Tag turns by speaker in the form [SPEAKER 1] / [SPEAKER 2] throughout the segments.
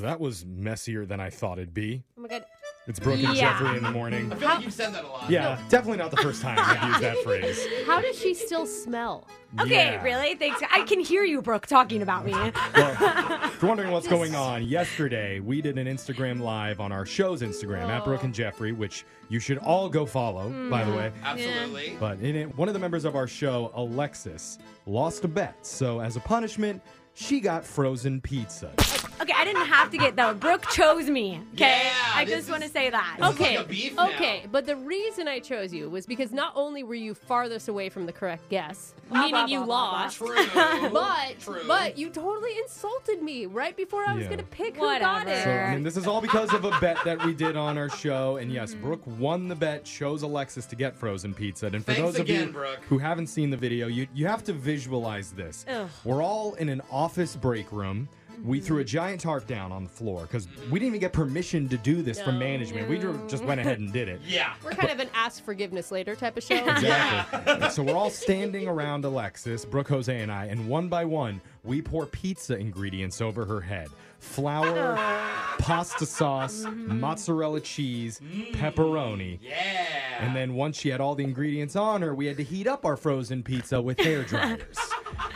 [SPEAKER 1] That was messier than I thought it'd be.
[SPEAKER 2] Oh my god.
[SPEAKER 1] It's Brooke and
[SPEAKER 2] Yeah.
[SPEAKER 1] Jeffrey in the morning.
[SPEAKER 3] I feel like you've said that a lot.
[SPEAKER 1] Yeah, definitely not the first time I've used that phrase.
[SPEAKER 2] How does she still smell?
[SPEAKER 4] Okay,
[SPEAKER 1] Yeah.
[SPEAKER 4] really? Thanks. I can hear you, Brooke, talking about me.
[SPEAKER 1] Well, if you're wondering what's going on, yesterday we did an Instagram live on our show's Instagram at Brooke and Jeffrey, which you should all go follow, by the way.
[SPEAKER 3] Hmm. Mm-hmm. Absolutely.
[SPEAKER 1] But in it, one of the members of our show, Alexis, lost a bet. So as a punishment, she got frozen pizza.
[SPEAKER 4] Okay, I didn't have to get that. Brooke chose me. Okay,
[SPEAKER 3] Yeah,
[SPEAKER 4] I
[SPEAKER 3] this
[SPEAKER 4] just
[SPEAKER 3] is-
[SPEAKER 4] want to say that.
[SPEAKER 3] this is
[SPEAKER 2] Okay.
[SPEAKER 3] like a beef now.
[SPEAKER 2] okay, but the reason I chose you was because not only were you farthest away from the correct guess,
[SPEAKER 4] Blah,
[SPEAKER 2] meaning
[SPEAKER 4] blah,
[SPEAKER 2] you
[SPEAKER 4] blah, blah, blah.
[SPEAKER 2] lost,
[SPEAKER 3] True.
[SPEAKER 2] but
[SPEAKER 3] True.
[SPEAKER 2] but you totally insulted me right before I was
[SPEAKER 1] Yeah.
[SPEAKER 2] gonna pick who got
[SPEAKER 4] Whatever.
[SPEAKER 1] So,
[SPEAKER 2] it.
[SPEAKER 1] I mean, this is all because of a bet that we did on our show. And
[SPEAKER 3] Mm-hmm.
[SPEAKER 1] yes, Brooke won the bet, chose Alexis to get frozen pizza. And for
[SPEAKER 3] Thanks
[SPEAKER 1] those of
[SPEAKER 3] again,
[SPEAKER 1] you
[SPEAKER 3] Brooke.
[SPEAKER 1] who haven't seen the video, you, you have to visualize this.
[SPEAKER 4] Ugh.
[SPEAKER 1] We're all in an office break room. We
[SPEAKER 3] Mm-hmm.
[SPEAKER 1] threw a giant tarp down on the floor because we didn't even get permission to do this from
[SPEAKER 2] No.
[SPEAKER 1] management. We ju- just went ahead and did it.
[SPEAKER 3] yeah.
[SPEAKER 2] We're kind of an ask forgiveness later type of show.
[SPEAKER 1] Exactly. And so we're all standing around Alexis, Brooke, Jose, and I, and one by one, we pour pizza ingredients over her head flour, pasta sauce, mozzarella cheese, pepperoni.
[SPEAKER 3] Yeah.
[SPEAKER 1] And then once she had all the ingredients on her, we had to heat up our frozen pizza with hair dryers.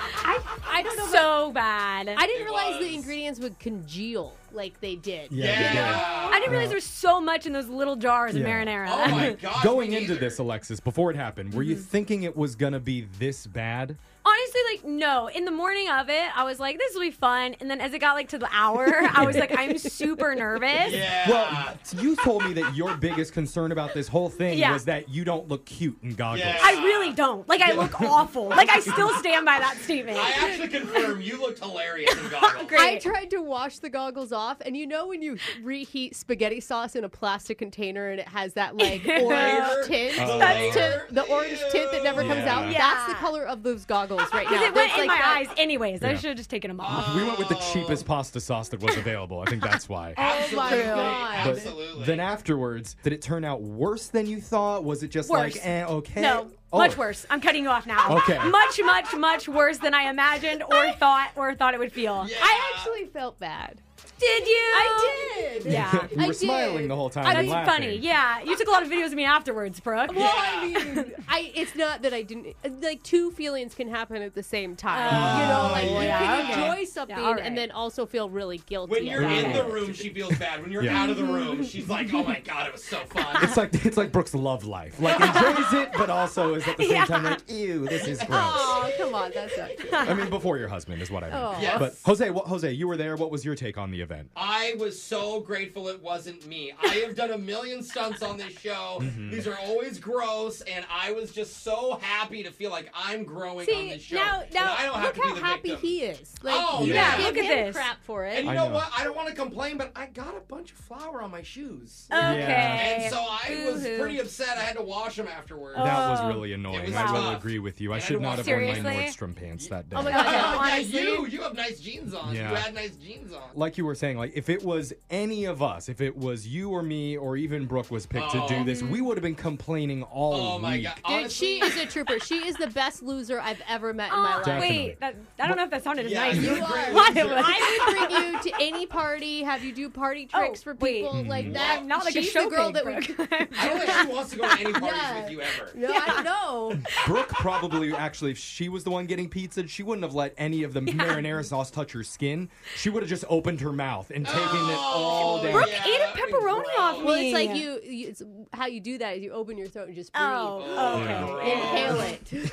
[SPEAKER 2] I don't know. if
[SPEAKER 4] so bad.
[SPEAKER 2] I
[SPEAKER 4] I,
[SPEAKER 2] didn't
[SPEAKER 3] It
[SPEAKER 2] realize the
[SPEAKER 3] was.
[SPEAKER 2] ingredients would congeal like they did.
[SPEAKER 1] Yeah.
[SPEAKER 3] yeah.
[SPEAKER 4] didn't realize there was so much in those little jars
[SPEAKER 1] Yeah.
[SPEAKER 4] of marinara.
[SPEAKER 3] Oh my gosh.
[SPEAKER 1] Going
[SPEAKER 3] me
[SPEAKER 1] into
[SPEAKER 3] neither.
[SPEAKER 1] this, Alexis, before it Mm-hmm. happened, were you thinking it was going to be this bad?
[SPEAKER 4] Honestly, like no. In the morning of it, I was like, "This will be fun." And then as it got like to the hour, I was like, "I'm super nervous."
[SPEAKER 3] Yeah.
[SPEAKER 1] Well, you told me that your biggest concern about this whole thing
[SPEAKER 4] Yeah.
[SPEAKER 1] was that you don't look cute in goggles.
[SPEAKER 3] Yeah.
[SPEAKER 4] I really don't. Like I look awful. Like I still stand by that statement.
[SPEAKER 3] I actually confirm you looked hilarious in goggles.
[SPEAKER 4] Great.
[SPEAKER 2] I tried to wash the goggles off, and you know when you reheat spaghetti sauce in a plastic container and it has that like
[SPEAKER 4] Ew.
[SPEAKER 2] orange tint,
[SPEAKER 4] Oh,
[SPEAKER 3] The
[SPEAKER 2] That's
[SPEAKER 3] layer?
[SPEAKER 2] to- the orange tint that never comes
[SPEAKER 1] Yeah.
[SPEAKER 2] out.
[SPEAKER 4] Yeah.
[SPEAKER 2] That's the color of those goggles right now.
[SPEAKER 4] Because it
[SPEAKER 2] There's,
[SPEAKER 4] went in
[SPEAKER 2] like,
[SPEAKER 4] my
[SPEAKER 2] that-
[SPEAKER 4] eyes anyways. I
[SPEAKER 1] Yeah.
[SPEAKER 4] should have just taken them off.
[SPEAKER 1] We went with the
[SPEAKER 3] Oh.
[SPEAKER 1] cheapest pasta sauce that was available. I think that's why.
[SPEAKER 2] Oh my
[SPEAKER 3] Absolutely.
[SPEAKER 2] God.
[SPEAKER 1] But
[SPEAKER 3] Absolutely.
[SPEAKER 1] then afterwards, did it turn out worse than you thought? Was it just
[SPEAKER 4] Worse.
[SPEAKER 1] like, eh, okay?
[SPEAKER 4] No,
[SPEAKER 1] Oh.
[SPEAKER 4] much worse. I'm cutting you off now.
[SPEAKER 1] Okay.
[SPEAKER 4] Much, much, much worse than I imagined or thought or thought it would feel.
[SPEAKER 3] yeah.
[SPEAKER 2] I actually felt bad.
[SPEAKER 4] Did you?
[SPEAKER 2] I did.
[SPEAKER 4] Yeah.
[SPEAKER 1] you were
[SPEAKER 2] I did.
[SPEAKER 1] smiling the whole time.
[SPEAKER 4] That's
[SPEAKER 1] and laughing.
[SPEAKER 4] funny. Yeah. You took a lot of videos of me afterwards, Brooke.
[SPEAKER 2] Well, I mean, I it's not that I didn't uh, like two feelings can happen at the same time. you know, like
[SPEAKER 4] Oh, yeah,
[SPEAKER 2] you can
[SPEAKER 4] okay.
[SPEAKER 2] enjoy something
[SPEAKER 4] Yeah, all right.
[SPEAKER 2] and then also feel really guilty.
[SPEAKER 3] When you're in
[SPEAKER 2] about
[SPEAKER 3] the
[SPEAKER 2] it.
[SPEAKER 3] room, she feels bad. When you're
[SPEAKER 1] Yeah.
[SPEAKER 3] out of the room, she's like, "Oh my god, it was so fun."
[SPEAKER 1] It's like it's like Brooke's love life. Like enjoys it, but also is at the same
[SPEAKER 4] Yeah.
[SPEAKER 1] time like, ew, this is gross.
[SPEAKER 2] Oh, come on, that's not true.
[SPEAKER 1] I mean, before your husband is what I mean.
[SPEAKER 2] Oh.
[SPEAKER 3] Yes.
[SPEAKER 1] But Jose, what, Jose, you were there. What was your take on the event?
[SPEAKER 3] I was so grateful it wasn't me. I have done a million stunts on this show.
[SPEAKER 1] Mm-hmm.
[SPEAKER 3] These are always gross, and I was just so happy to feel like I'm growing on
[SPEAKER 2] See,
[SPEAKER 3] this show.
[SPEAKER 2] now,
[SPEAKER 3] and
[SPEAKER 2] now
[SPEAKER 3] I don't have
[SPEAKER 2] look
[SPEAKER 3] to be
[SPEAKER 2] how
[SPEAKER 3] the
[SPEAKER 2] happy
[SPEAKER 3] victim.
[SPEAKER 2] he is. Like,
[SPEAKER 3] Oh,
[SPEAKER 2] you
[SPEAKER 3] yeah.
[SPEAKER 2] give
[SPEAKER 4] Look at
[SPEAKER 2] him
[SPEAKER 4] this.
[SPEAKER 2] crap for it.
[SPEAKER 3] And you
[SPEAKER 1] I
[SPEAKER 3] know,
[SPEAKER 1] know.
[SPEAKER 3] what? I don't want to complain, but I got a bunch of flour on my shoes.
[SPEAKER 4] Okay.
[SPEAKER 3] And so I was
[SPEAKER 4] Boo-hoo.
[SPEAKER 3] pretty upset. I had to wash them afterwards.
[SPEAKER 1] That was
[SPEAKER 4] Oh.
[SPEAKER 1] really annoying.
[SPEAKER 3] was
[SPEAKER 1] I will
[SPEAKER 3] tough.
[SPEAKER 1] agree with you. I
[SPEAKER 3] And I
[SPEAKER 1] should
[SPEAKER 3] don't
[SPEAKER 1] not have
[SPEAKER 3] want-
[SPEAKER 1] worn my
[SPEAKER 4] Seriously?
[SPEAKER 1] Nordstrom pants that day.
[SPEAKER 2] Oh my
[SPEAKER 3] Oh,
[SPEAKER 2] God.
[SPEAKER 3] yeah,
[SPEAKER 4] honestly.
[SPEAKER 3] you you have nice jeans on.
[SPEAKER 1] Yeah.
[SPEAKER 3] You had nice jeans on.
[SPEAKER 1] like you were saying, like if it was any of us, if it was you or me or even Brooke was picked to do
[SPEAKER 3] Oh.
[SPEAKER 1] this, we would have been complaining all
[SPEAKER 3] oh my
[SPEAKER 1] week.
[SPEAKER 3] god!
[SPEAKER 2] Dude,
[SPEAKER 3] Honestly,
[SPEAKER 2] she is a trooper. She is the best loser I've ever met in my
[SPEAKER 4] Oh,
[SPEAKER 2] life.
[SPEAKER 1] Definitely.
[SPEAKER 4] wait. That, I don't know if that sounded as
[SPEAKER 3] Yeah,
[SPEAKER 4] nice.
[SPEAKER 3] you
[SPEAKER 4] as
[SPEAKER 3] were great.
[SPEAKER 4] What it
[SPEAKER 3] Loser.
[SPEAKER 4] was.
[SPEAKER 2] I would bring you to any party, have you do party tricks for
[SPEAKER 4] Oh, wait.
[SPEAKER 2] people like that.
[SPEAKER 4] I'm not like
[SPEAKER 2] She's
[SPEAKER 4] a show
[SPEAKER 2] the girl
[SPEAKER 4] pig,
[SPEAKER 2] that
[SPEAKER 4] Brooke.
[SPEAKER 3] Mm. I don't think she wants to go to any parties
[SPEAKER 2] Yeah.
[SPEAKER 3] with you ever.
[SPEAKER 2] we. No, I know.
[SPEAKER 1] Brooke probably actually, if she was the one getting pizza, she wouldn't have let any of the marinara sauce touch her skin. She would have just opened her mouth and taken it all
[SPEAKER 3] Oh,
[SPEAKER 1] down.
[SPEAKER 4] Brooke
[SPEAKER 3] Yeah,
[SPEAKER 4] ate
[SPEAKER 3] that
[SPEAKER 4] a
[SPEAKER 3] would be
[SPEAKER 4] pepperoni
[SPEAKER 3] gross.
[SPEAKER 4] off
[SPEAKER 2] Well,
[SPEAKER 4] me.
[SPEAKER 2] it's like you, you. It's how you do that is you open your throat and just breathe.
[SPEAKER 4] Oh,
[SPEAKER 3] Yeah. Oh.
[SPEAKER 4] okay.
[SPEAKER 2] Inhale it.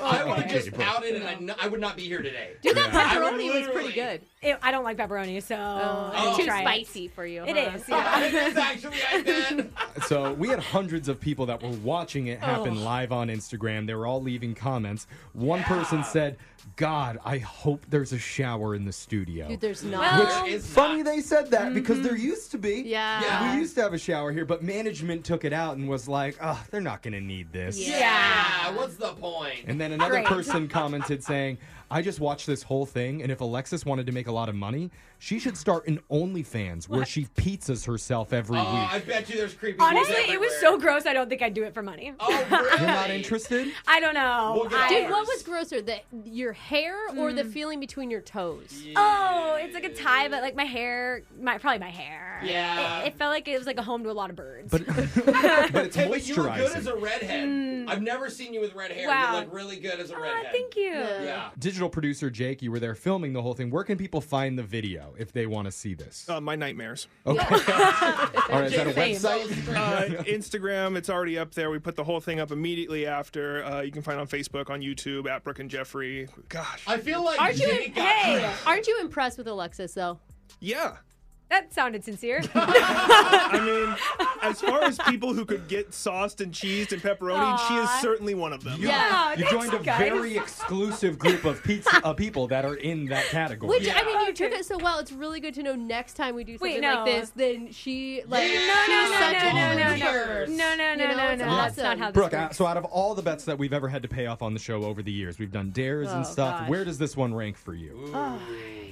[SPEAKER 3] I would have
[SPEAKER 1] Okay,
[SPEAKER 3] just
[SPEAKER 1] bro.
[SPEAKER 3] outed, and I, kn- I would not be here today.
[SPEAKER 2] Dude, that
[SPEAKER 1] Yeah.
[SPEAKER 3] I would
[SPEAKER 2] pepperoni was pretty
[SPEAKER 3] literally- Oh.
[SPEAKER 2] good.
[SPEAKER 4] It- I don't like pepperoni, so I didn't
[SPEAKER 3] it's too
[SPEAKER 4] try it.
[SPEAKER 2] for you.
[SPEAKER 4] It
[SPEAKER 2] huh?
[SPEAKER 4] is,
[SPEAKER 3] I
[SPEAKER 4] yeah.
[SPEAKER 3] think that's actually I bet.
[SPEAKER 1] So we had hundreds of people that were watching it happen
[SPEAKER 3] Oh.
[SPEAKER 1] live on Instagram. They were all leaving comments. One person said, "God, I hope there's a shower in the studio."
[SPEAKER 2] Dude, there's not.
[SPEAKER 4] Well- Mm-hmm.
[SPEAKER 3] There is
[SPEAKER 1] Funny
[SPEAKER 3] not.
[SPEAKER 1] they said that because
[SPEAKER 3] Mm.
[SPEAKER 1] there used to be.
[SPEAKER 2] yeah.
[SPEAKER 3] Yeah.
[SPEAKER 1] We used to have a shower here, but management took it out and was like, "Oh, they're not going to need this."
[SPEAKER 2] Yeah.
[SPEAKER 3] Yeah. What's the point?
[SPEAKER 1] And then another
[SPEAKER 4] Great.
[SPEAKER 1] person commented saying, I just watched this whole thing, and if Alexis wanted to make a lot of money, she should start an OnlyFans where she pizzas herself every
[SPEAKER 3] Oh,
[SPEAKER 1] week.
[SPEAKER 3] I bet you there's creepy. dudes
[SPEAKER 4] Honestly, it was
[SPEAKER 3] everywhere.
[SPEAKER 4] so gross. I don't think I'd do it for money.
[SPEAKER 3] Oh, really?
[SPEAKER 1] You're not interested?
[SPEAKER 4] I don't know.
[SPEAKER 3] We'll get
[SPEAKER 4] I- Mm.
[SPEAKER 3] ours.
[SPEAKER 2] Dude, what was grosser, the your hair or
[SPEAKER 4] Hmm.
[SPEAKER 2] the feeling between your toes?
[SPEAKER 4] Oh, it's like a tie, but like my hair, my probably my hair.
[SPEAKER 3] Yeah.
[SPEAKER 4] It, it felt like it was like a home to a lot of birds.
[SPEAKER 1] But, but it's
[SPEAKER 3] Hey, but you were good as
[SPEAKER 1] moisturizing.
[SPEAKER 3] a redhead. I've never seen you with red hair.
[SPEAKER 4] Mm. Wow.
[SPEAKER 3] You look really good as a
[SPEAKER 4] Ah,
[SPEAKER 3] redhead.
[SPEAKER 4] thank you.
[SPEAKER 3] Yeah.
[SPEAKER 1] Digital producer Jake, you were there filming the whole thing. Where can people find the video if they want to see this?
[SPEAKER 5] Uh, my nightmares.
[SPEAKER 2] Oh,
[SPEAKER 1] Okay. All right, is that a
[SPEAKER 2] Jake's
[SPEAKER 1] website?
[SPEAKER 5] Uh,
[SPEAKER 3] website?
[SPEAKER 5] Instagram, it's already up there. We put the whole thing up immediately after. Uh, you can find it on Facebook, on YouTube, at Brooke and Jeffrey. Gosh.
[SPEAKER 3] I feel like
[SPEAKER 4] Aren't you?
[SPEAKER 3] Jake
[SPEAKER 4] In,
[SPEAKER 3] got
[SPEAKER 4] hey,
[SPEAKER 3] tricked.
[SPEAKER 2] Aren't you impressed with Alexis though?
[SPEAKER 5] yeah.
[SPEAKER 4] that sounded sincere.
[SPEAKER 5] I mean, as far as people who could get sauced and cheesed and pepperoni, she is
[SPEAKER 4] Aw.
[SPEAKER 5] certainly one of them.
[SPEAKER 1] You,
[SPEAKER 4] Yeah,
[SPEAKER 1] you
[SPEAKER 4] thanks,
[SPEAKER 1] joined a
[SPEAKER 4] guys.
[SPEAKER 1] very exclusive group of pizza, uh, people that are in that category.
[SPEAKER 2] Which I
[SPEAKER 3] Yeah.
[SPEAKER 2] mean, you
[SPEAKER 4] Oh, Okay.
[SPEAKER 2] took it so well. It's really good to know next time we do something
[SPEAKER 4] Wait, no.
[SPEAKER 2] like this, then she like
[SPEAKER 3] Yeah.
[SPEAKER 4] No, no,
[SPEAKER 2] she's
[SPEAKER 4] no,
[SPEAKER 2] such
[SPEAKER 4] no, no,
[SPEAKER 2] a
[SPEAKER 4] no, no.
[SPEAKER 3] volunteers.
[SPEAKER 4] No, no, no,
[SPEAKER 2] You know,
[SPEAKER 4] no, no.
[SPEAKER 2] it's
[SPEAKER 4] That's
[SPEAKER 2] awesome.
[SPEAKER 4] not how this
[SPEAKER 1] Brooke, uh,
[SPEAKER 4] works.
[SPEAKER 1] so out of all the bets that we've ever had to pay off on the show over the years, we've done dares and
[SPEAKER 2] Oh,
[SPEAKER 1] stuff.
[SPEAKER 2] gosh.
[SPEAKER 1] Where does this one rank for you?
[SPEAKER 3] uh,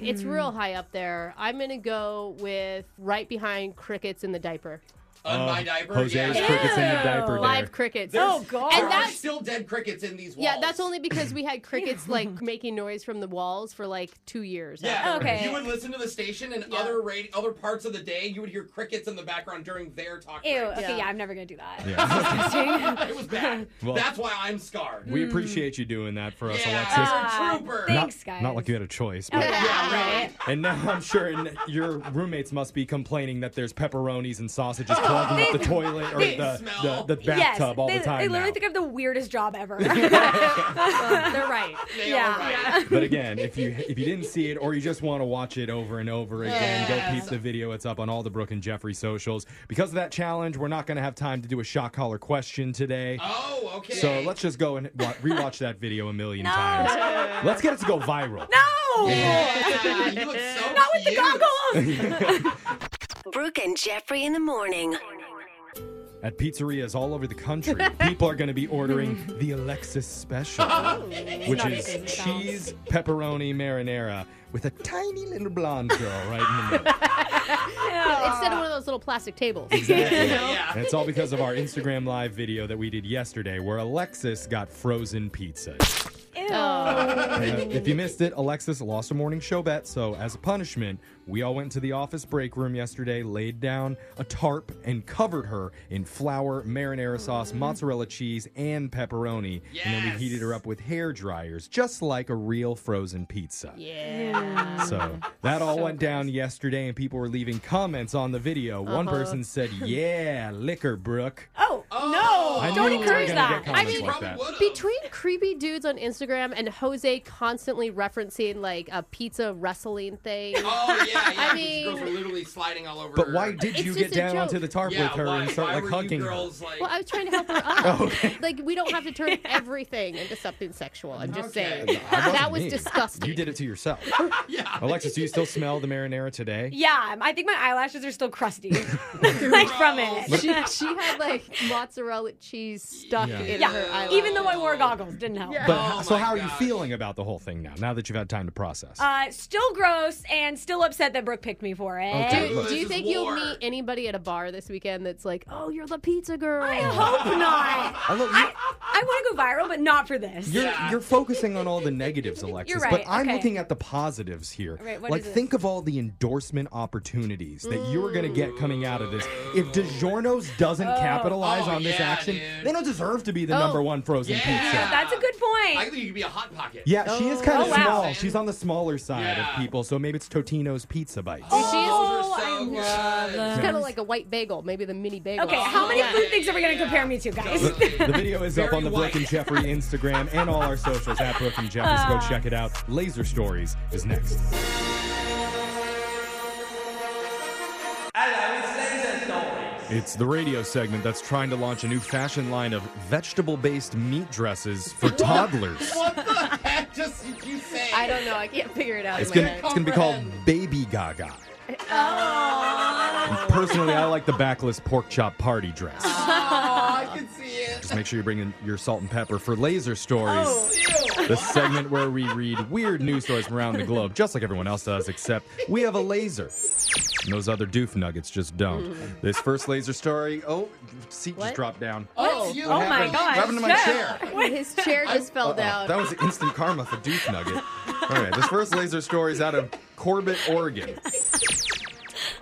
[SPEAKER 2] It's real high up there. I'm gonna go with right behind crickets in the diaper.
[SPEAKER 3] On my
[SPEAKER 1] Uh,
[SPEAKER 3] diaper.
[SPEAKER 1] Jose's
[SPEAKER 3] yeah.
[SPEAKER 1] crickets in the
[SPEAKER 4] Ew.
[SPEAKER 1] diaper. There.
[SPEAKER 2] Live crickets.
[SPEAKER 3] There's-
[SPEAKER 4] Oh, God.
[SPEAKER 3] There
[SPEAKER 2] And
[SPEAKER 3] are
[SPEAKER 2] that's-
[SPEAKER 3] still dead crickets in these walls.
[SPEAKER 2] Yeah, that's only because we had crickets like making noise from the walls for like two years.
[SPEAKER 3] Yeah.
[SPEAKER 4] Oh, Okay.
[SPEAKER 3] You would listen to the station and
[SPEAKER 2] Yeah.
[SPEAKER 3] other radio, other parts of the day, you would hear crickets in the background during their talk.
[SPEAKER 4] Ew.
[SPEAKER 3] breaks.
[SPEAKER 4] Okay, yeah.
[SPEAKER 2] Yeah.
[SPEAKER 4] I'm never gonna do that.
[SPEAKER 1] Yeah.
[SPEAKER 4] Interesting.
[SPEAKER 3] It was bad.
[SPEAKER 1] Well-
[SPEAKER 3] that's why I'm scarred.
[SPEAKER 1] we appreciate you doing that for us,
[SPEAKER 3] Yeah.
[SPEAKER 1] Alexis.
[SPEAKER 3] Ah,
[SPEAKER 4] God,
[SPEAKER 3] trooper.
[SPEAKER 1] Not-
[SPEAKER 4] Mm. Thanks, guys.
[SPEAKER 1] Not like you had a choice.
[SPEAKER 4] Oh,
[SPEAKER 1] but-
[SPEAKER 4] yeah, right.
[SPEAKER 1] And now I'm sure n- your roommates must be complaining that there's pepperonis and
[SPEAKER 4] Oh,
[SPEAKER 1] sausages clogging up the toilet or
[SPEAKER 3] they
[SPEAKER 1] the,
[SPEAKER 3] smell.
[SPEAKER 1] the, the bathtub all
[SPEAKER 4] they,
[SPEAKER 1] the time.
[SPEAKER 4] They literally
[SPEAKER 1] now.
[SPEAKER 4] think I have the weirdest job ever. They're right.
[SPEAKER 3] They
[SPEAKER 4] yeah.
[SPEAKER 3] are right.
[SPEAKER 1] But again, if you if you didn't see it or you just want to watch it over and over again,
[SPEAKER 3] Yes.
[SPEAKER 1] go peep the video. It's up on all the Brooke and Jeffrey socials. Because of that challenge, we're not going to have time to do a shock collar question today.
[SPEAKER 3] Oh, okay.
[SPEAKER 1] So let's just go and wa- rewatch that video a million
[SPEAKER 4] No.
[SPEAKER 1] times. Let's get it to go viral.
[SPEAKER 4] No.
[SPEAKER 3] Yeah, you look so
[SPEAKER 4] Not with the
[SPEAKER 3] cute.
[SPEAKER 4] goggles.
[SPEAKER 6] Brooke and Jeffrey in the morning.
[SPEAKER 1] At pizzerias all over the country, people are going to be ordering the Alexis special, which
[SPEAKER 4] not
[SPEAKER 1] is
[SPEAKER 4] as good as it sounds.
[SPEAKER 1] cheese pepperoni marinara with a tiny little blonde girl right in the middle.
[SPEAKER 2] Instead of one of those little plastic tables.
[SPEAKER 1] Exactly.
[SPEAKER 3] Yeah.
[SPEAKER 1] And it's all because of our Instagram live video that we did yesterday where Alexis got frozen pizza.
[SPEAKER 4] Ew.
[SPEAKER 1] And if you missed it, Alexis lost a morning show bet. So, as a punishment, we all went to the office break room yesterday, laid down a tarp, and covered her in flour, marinara sauce, mozzarella cheese, and pepperoni. And then
[SPEAKER 3] Yes.
[SPEAKER 1] we heated her up with hair dryers, just like a real frozen pizza.
[SPEAKER 2] Yeah.
[SPEAKER 1] So that all went down yesterday, and people were leaving comments on the video. One
[SPEAKER 3] Uh-huh.
[SPEAKER 1] person said, "Yeah, liquor, Brooke."
[SPEAKER 4] Oh,
[SPEAKER 3] Oh.
[SPEAKER 4] no!
[SPEAKER 3] I knew
[SPEAKER 4] Don't
[SPEAKER 3] we were
[SPEAKER 4] encourage
[SPEAKER 1] gonna
[SPEAKER 4] that.
[SPEAKER 1] get
[SPEAKER 2] I
[SPEAKER 1] comments
[SPEAKER 2] mean,
[SPEAKER 1] like
[SPEAKER 3] Probably
[SPEAKER 1] that.
[SPEAKER 3] would've.
[SPEAKER 2] Between creepy dudes on Instagram and Jose constantly referencing like a pizza wrestling thing.
[SPEAKER 3] Oh yeah, yeah.
[SPEAKER 2] I
[SPEAKER 3] these girls
[SPEAKER 2] mean-
[SPEAKER 3] were literally sliding all over.
[SPEAKER 1] But
[SPEAKER 3] her.
[SPEAKER 1] why did
[SPEAKER 2] It's
[SPEAKER 1] you
[SPEAKER 2] just
[SPEAKER 1] get
[SPEAKER 2] a
[SPEAKER 1] down
[SPEAKER 2] joke.
[SPEAKER 1] onto the tarp
[SPEAKER 3] yeah,
[SPEAKER 1] with her
[SPEAKER 3] why,
[SPEAKER 1] and start
[SPEAKER 3] why
[SPEAKER 1] like
[SPEAKER 3] were
[SPEAKER 1] hugging
[SPEAKER 3] you
[SPEAKER 1] her?
[SPEAKER 3] girls like?
[SPEAKER 2] Well, I was trying to help her
[SPEAKER 1] Oh,
[SPEAKER 2] up. Like, we don't have to turn everything into something sexual. I'm just
[SPEAKER 3] Okay.
[SPEAKER 2] saying.
[SPEAKER 1] That wasn't
[SPEAKER 2] That was
[SPEAKER 1] me.
[SPEAKER 2] disgusting.
[SPEAKER 1] You did it to yourself.
[SPEAKER 3] yeah.
[SPEAKER 1] Alexis, do you still smell the marinara today?
[SPEAKER 4] Yeah, I think my eyelashes are still crusty, like from it.
[SPEAKER 2] She, she had like mozzarella cheese stuck
[SPEAKER 1] Yeah.
[SPEAKER 2] in
[SPEAKER 4] Yeah,
[SPEAKER 2] her eyelash.
[SPEAKER 4] even though I wore goggles, didn't help.
[SPEAKER 2] Yeah.
[SPEAKER 1] But
[SPEAKER 3] Oh
[SPEAKER 1] h- so
[SPEAKER 3] my
[SPEAKER 1] how are you
[SPEAKER 3] gosh.
[SPEAKER 1] feeling about the whole thing now? Now that you've had time to process.
[SPEAKER 4] Uh, still gross and still upset that Brooke picked me for eh? it.
[SPEAKER 1] Okay.
[SPEAKER 2] Do,
[SPEAKER 1] Look,
[SPEAKER 2] do
[SPEAKER 3] this
[SPEAKER 2] you
[SPEAKER 3] is
[SPEAKER 2] think you'll
[SPEAKER 3] war.
[SPEAKER 2] meet anybody at a bar this weekend that's like, oh, you're the pizza girl?
[SPEAKER 4] I hope not.
[SPEAKER 1] I love you.
[SPEAKER 4] I, I want to go viral, but not for this.
[SPEAKER 1] Ah. You're,
[SPEAKER 3] Yeah.
[SPEAKER 1] you're focusing on all the negatives, Alexis,
[SPEAKER 4] You're right,
[SPEAKER 1] but I'm
[SPEAKER 4] okay.
[SPEAKER 1] looking at the positives here.
[SPEAKER 4] Right, what
[SPEAKER 1] like,
[SPEAKER 4] is it?
[SPEAKER 1] think of all the endorsement opportunities that you're going to get coming out of this. If DiGiorno's doesn't capitalize
[SPEAKER 3] Oh,
[SPEAKER 1] on this
[SPEAKER 3] yeah,
[SPEAKER 1] action,
[SPEAKER 3] dude.
[SPEAKER 1] they don't deserve to be the
[SPEAKER 2] Oh.
[SPEAKER 1] number one frozen
[SPEAKER 3] Yeah.
[SPEAKER 1] pizza.
[SPEAKER 4] That's a good point.
[SPEAKER 3] I think you could be a hot pocket.
[SPEAKER 1] Yeah, she is kind
[SPEAKER 4] Oh,
[SPEAKER 1] of
[SPEAKER 4] wow.
[SPEAKER 1] small. She's on the smaller side
[SPEAKER 3] Yeah.
[SPEAKER 1] of people, so maybe it's Totino's Pizza Bites.
[SPEAKER 3] Oh,
[SPEAKER 4] Oh,
[SPEAKER 3] those are so
[SPEAKER 4] I
[SPEAKER 3] good.
[SPEAKER 4] love
[SPEAKER 2] It's kind of like a white bagel, maybe the mini bagel.
[SPEAKER 4] Okay,
[SPEAKER 3] Oh,
[SPEAKER 4] how many
[SPEAKER 3] yeah,
[SPEAKER 4] food things are we going to
[SPEAKER 3] yeah,
[SPEAKER 4] compare me to, guys?
[SPEAKER 3] Totally.
[SPEAKER 1] The video is up
[SPEAKER 3] Very
[SPEAKER 1] on the Brooke and
[SPEAKER 3] white.
[SPEAKER 1] Jeffrey Instagram and all our socials at Brooke and Jeffrey. so go check it out. Laser Stories is next. It's the radio segment that's trying to launch a new fashion line of vegetable based meat dresses for toddlers.
[SPEAKER 3] What the heck just did you say?
[SPEAKER 2] I don't know. I can't figure it out.
[SPEAKER 1] It's
[SPEAKER 2] in
[SPEAKER 1] gonna,
[SPEAKER 2] my
[SPEAKER 1] it's gonna be called Baby Gaga. And Personally, I like the backless pork chop party dress.
[SPEAKER 3] Oh, I can see it.
[SPEAKER 2] Oh.
[SPEAKER 1] Just make sure you bring in your salt and pepper for laser stories.
[SPEAKER 3] Ew.
[SPEAKER 1] the segment where we read weird news stories from around the globe, just like everyone else does, except we have a laser. And those other doof nuggets just don't. This first laser story, oh, seat just
[SPEAKER 2] Mm. What?
[SPEAKER 1] dropped down.
[SPEAKER 3] Oh, you
[SPEAKER 4] Oh my
[SPEAKER 1] happened?
[SPEAKER 4] gosh.
[SPEAKER 1] What happened to my
[SPEAKER 4] Jeff.
[SPEAKER 1] chair?
[SPEAKER 2] His chair just fell down.
[SPEAKER 1] That was instant karma for Doof Nugget. All right, this first laser story is out of Corbett, Oregon.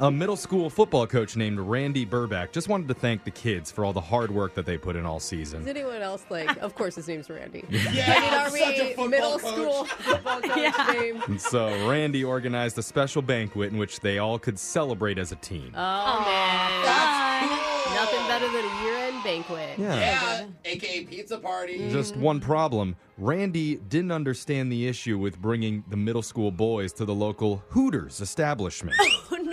[SPEAKER 1] A middle school football coach named Randy Burback just wanted to thank the kids for all the hard work that they put in all
[SPEAKER 2] Is
[SPEAKER 1] season.
[SPEAKER 2] anyone else like? Of course, his name's Randy.
[SPEAKER 3] Yeah,
[SPEAKER 2] I
[SPEAKER 3] such a
[SPEAKER 2] mean, are
[SPEAKER 3] football
[SPEAKER 2] we middle
[SPEAKER 3] coach.
[SPEAKER 2] school football coach
[SPEAKER 4] Yeah.
[SPEAKER 2] name?
[SPEAKER 1] And so Randy organized a special banquet in which they all could celebrate as a team.
[SPEAKER 2] Oh man,
[SPEAKER 3] That's cool.
[SPEAKER 2] nothing better than a year-end banquet. Oh, Mm-hmm.
[SPEAKER 1] yeah.
[SPEAKER 3] Yeah, aka pizza party.
[SPEAKER 1] Just one problem. Randy didn't understand the issue with bringing the middle school boys to the local Hooters establishment.
[SPEAKER 4] Oh, no.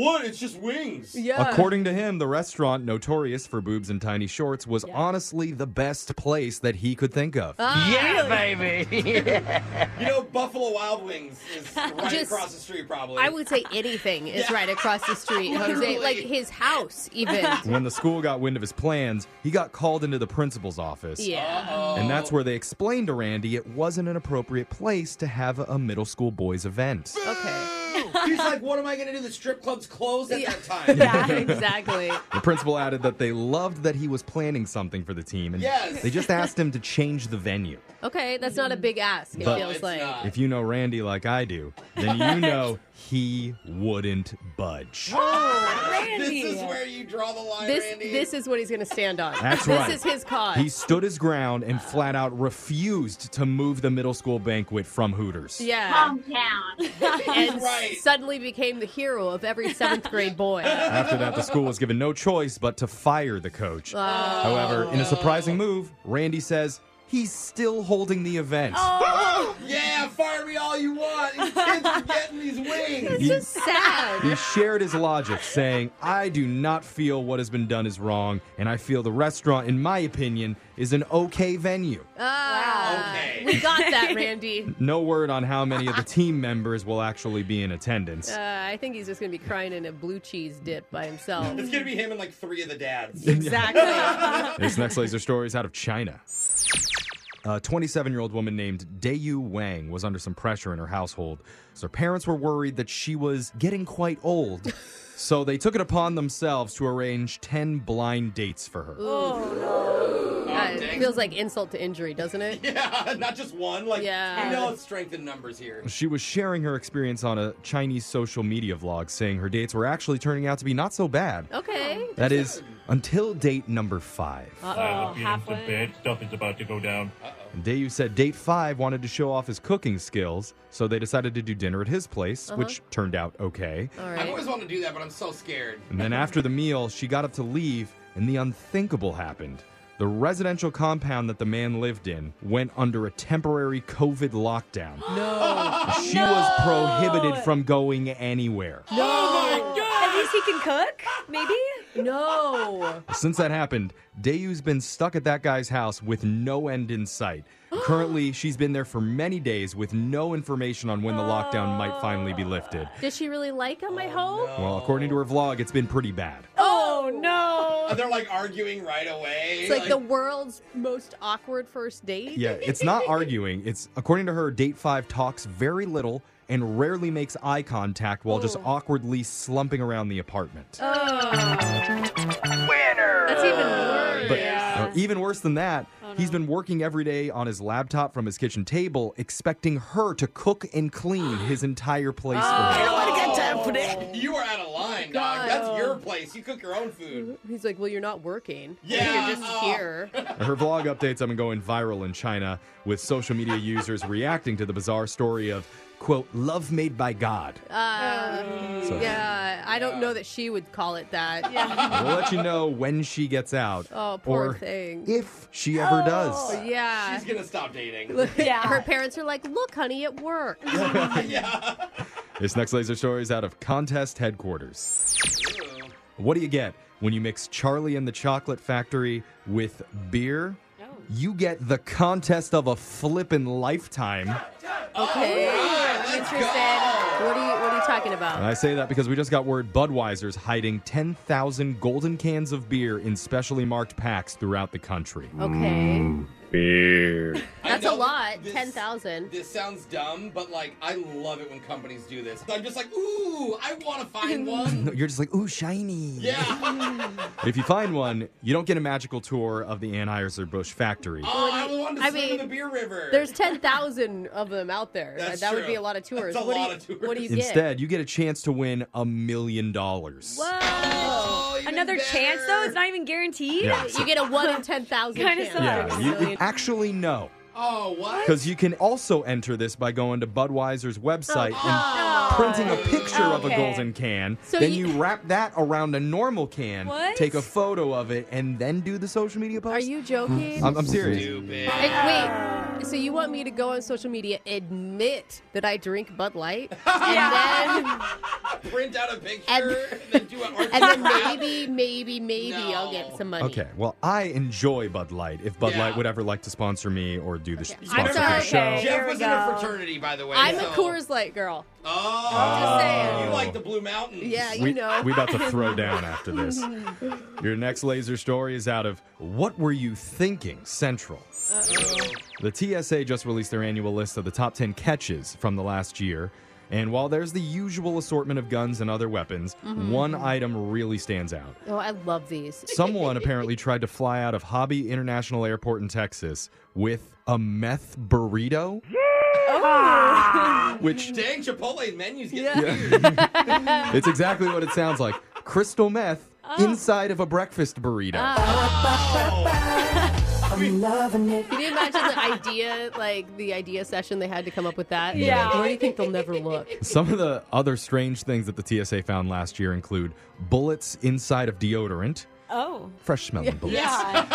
[SPEAKER 3] What? It's just wings.
[SPEAKER 2] Yeah.
[SPEAKER 1] According to him, the restaurant, notorious for boobs and tiny shorts, was honestly the best place that he could think of.
[SPEAKER 2] Ah.
[SPEAKER 3] You know, Buffalo Wild Wings is right
[SPEAKER 2] Just-
[SPEAKER 3] across the street, probably.
[SPEAKER 2] I would say anything is right across the street, Jose.
[SPEAKER 3] Literally.
[SPEAKER 2] Like his house, even.
[SPEAKER 1] When the school got wind of his plans, he got called into the principal's office.
[SPEAKER 2] Yeah.
[SPEAKER 1] And that's where they explained to Randy it wasn't an appropriate place to have a middle school boys event.
[SPEAKER 2] Okay.
[SPEAKER 3] He's like, what am I going to do? The strip club's closed at
[SPEAKER 2] Yeah.
[SPEAKER 3] that time.
[SPEAKER 2] Yeah, exactly.
[SPEAKER 1] The principal added that they loved that he was planning something for the team and
[SPEAKER 3] Yes.
[SPEAKER 1] they just asked him to change the venue.
[SPEAKER 2] Okay, that's not a big ask. It
[SPEAKER 1] But-
[SPEAKER 2] feels
[SPEAKER 3] It's
[SPEAKER 2] like.
[SPEAKER 3] not.
[SPEAKER 1] If you know Randy like I do, then you know he wouldn't budge.
[SPEAKER 3] This is where you draw the line,
[SPEAKER 2] This
[SPEAKER 3] Randy.
[SPEAKER 2] this is what he's going to stand on.
[SPEAKER 1] That's
[SPEAKER 2] this
[SPEAKER 1] right.
[SPEAKER 2] is his cause.
[SPEAKER 1] He stood his ground and flat out refused to move the middle school banquet from Hooters.
[SPEAKER 2] yeah. And
[SPEAKER 3] right.
[SPEAKER 2] suddenly became the hero of every seventh grade boy.
[SPEAKER 1] After that, the school was given no choice but to fire the coach.
[SPEAKER 2] Oh.
[SPEAKER 1] However, in a surprising move, Randy says he's still holding the event.
[SPEAKER 2] Oh.
[SPEAKER 3] yeah, fire me all you want. These kids are getting these wings.
[SPEAKER 1] He,
[SPEAKER 2] Sad.
[SPEAKER 1] he shared his logic, saying, I do not feel what has been done is wrong, and I feel the restaurant, in my opinion, is an okay venue.
[SPEAKER 2] Ah,
[SPEAKER 3] Okay.
[SPEAKER 2] We got that, Randy.
[SPEAKER 1] No word on how many of the team members will actually be in attendance.
[SPEAKER 2] Uh, I think he's just going to be crying in a blue cheese dip by himself.
[SPEAKER 3] It's going to be him and like three of the dads.
[SPEAKER 2] exactly.
[SPEAKER 1] This next laser story is out of China. A 27 year old woman named Dayu Wang was under some pressure in her household. So her parents were worried that she was getting quite old. So they took it upon themselves to arrange 10 blind dates for her.
[SPEAKER 2] Oh, Uh, it
[SPEAKER 3] Oh, dang.
[SPEAKER 2] feels like insult to injury, doesn't it?
[SPEAKER 3] Yeah, not just one. Like,
[SPEAKER 2] Yeah.
[SPEAKER 3] you know, it's strength in numbers here.
[SPEAKER 1] She was sharing her experience on a Chinese social media vlog, saying her dates were actually turning out to be not so bad.
[SPEAKER 2] Oh, Okay.
[SPEAKER 1] That is, until date number five.
[SPEAKER 2] Uh,
[SPEAKER 7] I
[SPEAKER 4] Uh-oh,
[SPEAKER 7] have a feeling some
[SPEAKER 4] halfway.
[SPEAKER 7] bad stuff is about to go down.
[SPEAKER 1] Dayu said date five wanted to show off his cooking skills, so they decided to do dinner at his place, which turned out okay.
[SPEAKER 2] All
[SPEAKER 3] I've
[SPEAKER 2] right.
[SPEAKER 3] always wanted to do that, but I'm so scared.
[SPEAKER 1] And then after the meal, she got up to leave, and the unthinkable happened. The residential compound that the man lived in went under a temporary COVID lockdown.
[SPEAKER 2] No.
[SPEAKER 1] She was prohibited from going anywhere.
[SPEAKER 4] At least he can cook, maybe?
[SPEAKER 2] No.
[SPEAKER 1] Since that happened, Dayu's been stuck at that guy's house with no end in sight. Currently, she's been there for many days with no information on when the lockdown might finally be lifted.
[SPEAKER 2] Did she really like him,
[SPEAKER 3] Oh,
[SPEAKER 2] I hope?
[SPEAKER 1] Well, according to her vlog, it's been pretty bad.
[SPEAKER 4] Oh, no.
[SPEAKER 3] And they're like arguing right away.
[SPEAKER 2] It's like the world's most awkward first date.
[SPEAKER 1] Yeah, it's not arguing. It's according to her, date five talks very little and rarely makes eye contact while just awkwardly slumping around the apartment.
[SPEAKER 4] Oh. That's even
[SPEAKER 5] Oh,
[SPEAKER 4] worse.
[SPEAKER 1] But uh, even worse than that, he's been working every day on his laptop from his kitchen table, expecting her to cook and clean his entire place for him.
[SPEAKER 3] You are out of line, dog. That's your place. You cook your own food.
[SPEAKER 2] He's like, well, you're not working.
[SPEAKER 3] Yeah.
[SPEAKER 2] You're just
[SPEAKER 3] Oh.
[SPEAKER 2] here. Uh,
[SPEAKER 1] Her vlog updates have been going viral in China, with social media users reacting to the bizarre story of, quote, love made by God.
[SPEAKER 2] Uh,
[SPEAKER 1] So-
[SPEAKER 2] yeah. I don't know that she would call it that.
[SPEAKER 4] Yeah.
[SPEAKER 1] We'll let you know when she gets out.
[SPEAKER 2] Oh, poor
[SPEAKER 1] or
[SPEAKER 2] thing. Oh,
[SPEAKER 1] If she ever does.
[SPEAKER 2] Yeah.
[SPEAKER 3] She's gonna stop dating.
[SPEAKER 4] Yeah.
[SPEAKER 2] Her parents are like, look, honey, it worked.
[SPEAKER 3] yeah.
[SPEAKER 1] This next laser story is out of contest headquarters. What do you get when you mix Charlie and the Chocolate Factory with beer?
[SPEAKER 2] Oh.
[SPEAKER 1] You get the contest of a flippin' lifetime.
[SPEAKER 2] Okay.
[SPEAKER 3] Oh, let's
[SPEAKER 2] Interested. What are you What are you talking about?
[SPEAKER 1] And I say that because we just got word Budweiser's hiding 10,000 golden cans of beer in specially marked packs throughout the country.
[SPEAKER 2] Okay.
[SPEAKER 7] Beer.
[SPEAKER 3] I
[SPEAKER 2] That's a
[SPEAKER 3] know
[SPEAKER 2] lot.
[SPEAKER 3] this-
[SPEAKER 2] 10,000.
[SPEAKER 3] This sounds dumb, but like I love it when companies do this. I'm just like, ooh, I want to find one.
[SPEAKER 1] You're just like, ooh, shiny.
[SPEAKER 3] Yeah.
[SPEAKER 1] If you find one, you don't get a magical tour of the Anheuser-Busch factory.
[SPEAKER 3] Oh, I wanted to
[SPEAKER 2] I
[SPEAKER 3] swim in
[SPEAKER 2] mean,
[SPEAKER 3] the beer river.
[SPEAKER 2] There's 10,000 of them out there.
[SPEAKER 3] That's
[SPEAKER 2] that would
[SPEAKER 3] true.
[SPEAKER 2] be a lot of tours.
[SPEAKER 3] That's a
[SPEAKER 2] what do
[SPEAKER 3] lot
[SPEAKER 2] you,
[SPEAKER 3] of tours.
[SPEAKER 2] What do you get?
[SPEAKER 1] Instead, you get a chance to win a million dollars.
[SPEAKER 3] Oh, even
[SPEAKER 4] Another chance though?
[SPEAKER 3] better.
[SPEAKER 4] It's not even guaranteed?
[SPEAKER 1] Yeah.
[SPEAKER 2] You get a 1 in 10,000
[SPEAKER 4] Kinda
[SPEAKER 2] chance.
[SPEAKER 4] sucks.
[SPEAKER 1] Yeah, you, you actually know.
[SPEAKER 3] Oh, what?
[SPEAKER 1] Because you can also enter this by going to Budweiser's website
[SPEAKER 2] Oh,
[SPEAKER 1] and printing a
[SPEAKER 3] God.
[SPEAKER 1] picture of a
[SPEAKER 4] Okay.
[SPEAKER 1] golden can.
[SPEAKER 2] So
[SPEAKER 1] then
[SPEAKER 2] you-
[SPEAKER 1] you wrap that around a normal can,
[SPEAKER 4] What?
[SPEAKER 1] take a photo of it, and then do the social media post.
[SPEAKER 2] Are you joking?
[SPEAKER 1] I'm, I'm serious.
[SPEAKER 3] Stupid.
[SPEAKER 2] Like, wait, so you want me to go on social media, admit that I drink Bud Light, and then
[SPEAKER 3] Print out a picture
[SPEAKER 2] And-
[SPEAKER 3] and, then do an
[SPEAKER 2] and then
[SPEAKER 3] art-
[SPEAKER 2] maybe, maybe, maybe I'll get
[SPEAKER 3] No.
[SPEAKER 2] some money.
[SPEAKER 1] Okay, well, I enjoy Bud Light. If Bud
[SPEAKER 3] Yeah.
[SPEAKER 1] Light would ever like to sponsor me or do the sh-
[SPEAKER 2] I'm
[SPEAKER 1] sponsor
[SPEAKER 2] sorry,
[SPEAKER 1] the show,
[SPEAKER 4] okay. Here
[SPEAKER 3] Jeff
[SPEAKER 4] we
[SPEAKER 3] was in a
[SPEAKER 4] go.
[SPEAKER 3] fraternity, by the way.
[SPEAKER 2] I'm
[SPEAKER 3] so.
[SPEAKER 2] a Coors Light girl.
[SPEAKER 3] Oh,
[SPEAKER 2] Just saying.
[SPEAKER 3] you like the Blue Mountains?
[SPEAKER 2] Yeah, you
[SPEAKER 1] we,
[SPEAKER 2] know.
[SPEAKER 1] we about to throw down after this. Your next laser story is out of What Were You Thinking Central. The TSA just released their annual list of the top 10 catches from the last year. And while there's the usual assortment of guns and other weapons,
[SPEAKER 2] Mm-hmm.
[SPEAKER 1] one item really stands out.
[SPEAKER 2] Oh, I love these.
[SPEAKER 1] Someone apparently tried to fly out of Hobby International Airport in Texas with a meth burrito.
[SPEAKER 2] Oh.
[SPEAKER 1] Which
[SPEAKER 3] Dang, Chipotle menus get
[SPEAKER 1] it's exactly what it sounds like. Crystal meth
[SPEAKER 2] Oh.
[SPEAKER 1] inside of a breakfast burrito.
[SPEAKER 2] Oh. Can you imagine the idea, like the idea session they had to come up with that?
[SPEAKER 4] Yeah.
[SPEAKER 2] Where do you think they'll never look?
[SPEAKER 1] Some of the other strange things that the TSA found last year include bullets inside of deodorant,
[SPEAKER 4] Oh.
[SPEAKER 1] fresh smelling bullets.
[SPEAKER 4] Yeah.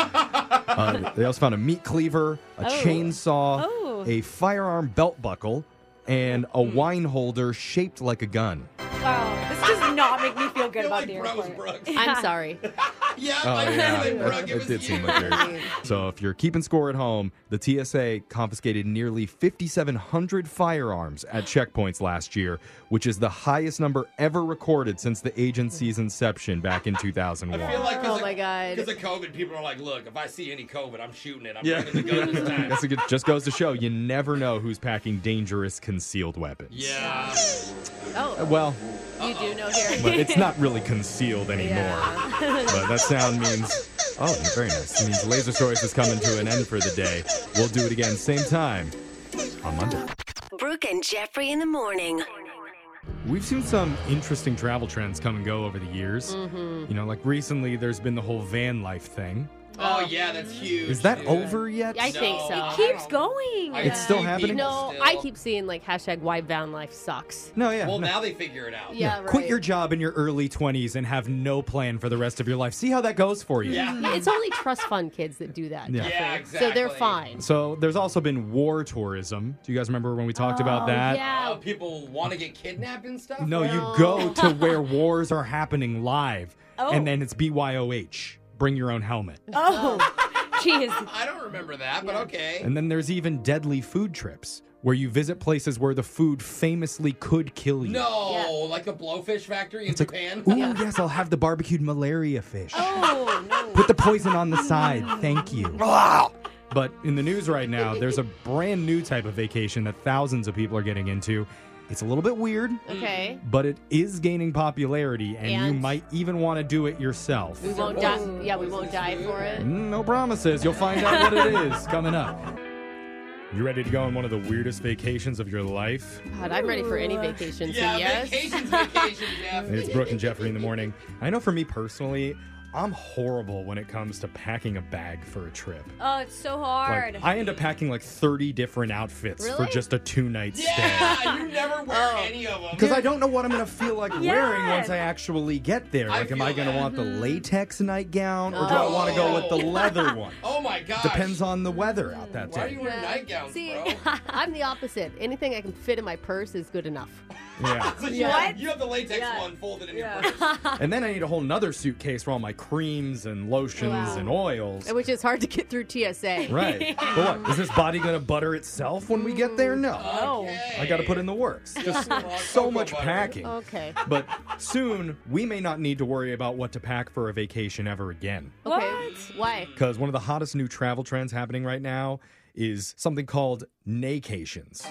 [SPEAKER 1] Uh, they also found a meat cleaver, a chainsaw,
[SPEAKER 4] Oh. Hmm.
[SPEAKER 1] a firearm belt buckle, and a wine holder shaped like a gun.
[SPEAKER 4] wow. This does not make me feel good
[SPEAKER 3] feel
[SPEAKER 4] about
[SPEAKER 3] like
[SPEAKER 4] the
[SPEAKER 3] Brooks
[SPEAKER 4] airport.
[SPEAKER 3] Brooks.
[SPEAKER 2] I'm sorry.
[SPEAKER 3] Yeah,
[SPEAKER 1] Oh,
[SPEAKER 3] I
[SPEAKER 1] yeah.
[SPEAKER 3] feel like Brooks.
[SPEAKER 1] That-
[SPEAKER 3] It,
[SPEAKER 1] it
[SPEAKER 3] was
[SPEAKER 1] did
[SPEAKER 3] you.
[SPEAKER 1] seem like yours. So, if you're keeping score at home, the TSA confiscated nearly 5,700 firearms at checkpoints last year, which is the highest number ever recorded since the agency's inception back in 2001.
[SPEAKER 3] I feel like
[SPEAKER 2] Oh my God.
[SPEAKER 3] Because of COVID, people are like, look, if I see any COVID, I'm shooting it. I'm
[SPEAKER 1] Yeah.
[SPEAKER 3] bringing the gun this time.
[SPEAKER 1] That's a good, just goes to show you never know who's packing dangerous concealed weapons.
[SPEAKER 3] yeah.
[SPEAKER 1] Uh,
[SPEAKER 2] Oh,
[SPEAKER 1] Well,
[SPEAKER 2] you do know here.
[SPEAKER 1] but it's not really concealed anymore.
[SPEAKER 2] Yeah.
[SPEAKER 1] But that sound means. Oh, very nice. It means Laser Stories is coming to an end for the day. We'll do it again, same time on Monday.
[SPEAKER 6] Brooke and Jeffrey in the morning.
[SPEAKER 1] We've seen some interesting travel trends come and go over the years.
[SPEAKER 2] Mm-hmm.
[SPEAKER 1] You know, like recently there's been the whole van life thing.
[SPEAKER 3] Oh, yeah, that's huge.
[SPEAKER 1] Is that
[SPEAKER 3] dude.
[SPEAKER 1] over yet?
[SPEAKER 2] I think
[SPEAKER 3] No.
[SPEAKER 2] so.
[SPEAKER 3] It
[SPEAKER 4] Keeps going.
[SPEAKER 3] I
[SPEAKER 1] It's
[SPEAKER 3] see
[SPEAKER 1] still
[SPEAKER 3] people
[SPEAKER 1] happening?
[SPEAKER 2] No,
[SPEAKER 3] still-
[SPEAKER 2] I keep seeing like hashtag why van life sucks.
[SPEAKER 1] No, yeah.
[SPEAKER 3] Well,
[SPEAKER 1] no.
[SPEAKER 3] now they figure it out.
[SPEAKER 2] Yeah, right.
[SPEAKER 1] Quit your job in your early 20s and have no plan for the rest of your life. See how that goes for you.
[SPEAKER 3] Yeah.
[SPEAKER 2] It's only trust fund kids that do that.
[SPEAKER 1] Yeah.
[SPEAKER 2] Jeffrey.
[SPEAKER 3] Yeah,
[SPEAKER 2] So they're
[SPEAKER 3] exactly.
[SPEAKER 2] fine.
[SPEAKER 1] So there's also been war tourism. Do you guys remember when we talked about that?
[SPEAKER 3] Oh,
[SPEAKER 2] Yeah.
[SPEAKER 3] people want to get kidnapped and stuff?
[SPEAKER 1] No,
[SPEAKER 2] No.
[SPEAKER 1] you go to where wars are happening live,
[SPEAKER 4] Oh.
[SPEAKER 1] and then it's BYOH. Bring your own helmet.
[SPEAKER 4] Oh. Jeez.
[SPEAKER 3] I don't remember that, but okay.
[SPEAKER 1] And then there's even deadly food trips where you visit places where the food famously could kill you.
[SPEAKER 3] No, like the blowfish factory in
[SPEAKER 1] It's like,
[SPEAKER 3] Japan.
[SPEAKER 1] ooh, yes, I'll have the barbecued malaria fish.
[SPEAKER 4] Oh, no.
[SPEAKER 1] Put the poison on the side. Thank you. but in the news right now, there's a brand new type of vacation that thousands of people are getting into. It's a little bit weird,
[SPEAKER 3] Mm-hmm.
[SPEAKER 2] Okay.
[SPEAKER 1] but it is gaining popularity, and, you
[SPEAKER 2] And?
[SPEAKER 1] might even want to do it yourself.
[SPEAKER 2] We won't die. Yeah, we won't die for it.
[SPEAKER 1] Mm, No promises. You'll find out what it is coming up. You ready to go on one of the weirdest vacations of your life?
[SPEAKER 2] God, I'm ready for any vacation. So
[SPEAKER 3] yeah,
[SPEAKER 2] yes.
[SPEAKER 3] vacation's vacation, Jeff.
[SPEAKER 1] It's Brooke and Jeffrey in the morning. I know for me personally, I'm horrible when it comes to packing a bag for a trip.
[SPEAKER 4] Oh, it's so
[SPEAKER 1] Like,
[SPEAKER 4] hard.
[SPEAKER 1] I end up packing like 30 different outfits for
[SPEAKER 2] Really?
[SPEAKER 1] just a two night stay.
[SPEAKER 3] Yeah, you never
[SPEAKER 2] Oh.
[SPEAKER 3] wear any of them.
[SPEAKER 1] Because I don't know what I'm going to feel like wearing
[SPEAKER 4] Yes.
[SPEAKER 1] once I actually get there.
[SPEAKER 3] I
[SPEAKER 1] Like, am I
[SPEAKER 3] feel
[SPEAKER 1] going to
[SPEAKER 3] that.
[SPEAKER 1] want the latex nightgown or do I want to go with the
[SPEAKER 3] Oh.
[SPEAKER 1] leather one?
[SPEAKER 3] Oh my gosh.
[SPEAKER 1] Depends on the weather out that
[SPEAKER 3] Why are
[SPEAKER 1] day.
[SPEAKER 3] you wearing nightgowns,
[SPEAKER 2] See,
[SPEAKER 3] bro?
[SPEAKER 2] I'm the opposite. Anything I can fit in my purse is good enough.
[SPEAKER 1] Yeah.
[SPEAKER 3] So you,
[SPEAKER 2] Yeah.
[SPEAKER 3] have, you have the latex
[SPEAKER 4] Yeah.
[SPEAKER 3] one folded in
[SPEAKER 4] Yeah.
[SPEAKER 3] your purse.
[SPEAKER 1] And then I need a whole nother suitcase for all my creams and lotions
[SPEAKER 2] Wow.
[SPEAKER 1] and oils.
[SPEAKER 2] Which is hard to get through TSA.
[SPEAKER 1] Right. but what? Is this body going to butter itself when we get there? No.
[SPEAKER 4] Oh.
[SPEAKER 3] Okay.
[SPEAKER 1] I got to put in the works.
[SPEAKER 2] Mm.
[SPEAKER 1] Just
[SPEAKER 3] Well,
[SPEAKER 1] so
[SPEAKER 3] cocoa
[SPEAKER 1] much
[SPEAKER 3] butter.
[SPEAKER 1] packing.
[SPEAKER 2] Okay.
[SPEAKER 1] But soon, we may not need to worry about what to pack for a vacation ever again.
[SPEAKER 2] Okay. Why?
[SPEAKER 1] Because one of the hottest new travel trends happening right now is something called naycations.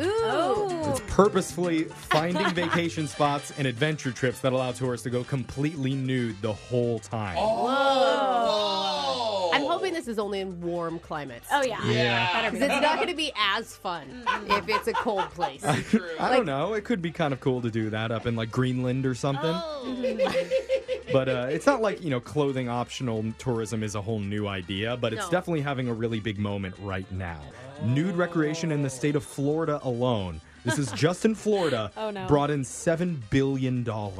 [SPEAKER 2] Ooh.
[SPEAKER 4] Oh.
[SPEAKER 1] It's purposefully finding vacation spots and adventure trips that allow tourists to go completely nude the whole time.
[SPEAKER 3] Oh.
[SPEAKER 2] I'm hoping this is only in warm climates.
[SPEAKER 4] Oh yeah.
[SPEAKER 3] Yeah.
[SPEAKER 2] Because it's not going to be as fun if it's a cold place.
[SPEAKER 3] True.
[SPEAKER 1] I don't know. It could be kind of cool to do that up in like Greenland or something.
[SPEAKER 8] Oh.
[SPEAKER 1] But uh, it's not like, you know, clothing optional tourism is a whole new idea, but it's
[SPEAKER 2] No.
[SPEAKER 1] definitely having a really big moment right now. Nude recreation in the state of Florida alone. This is just in Florida.
[SPEAKER 4] Oh, no.
[SPEAKER 1] Brought in $7 billion.
[SPEAKER 3] No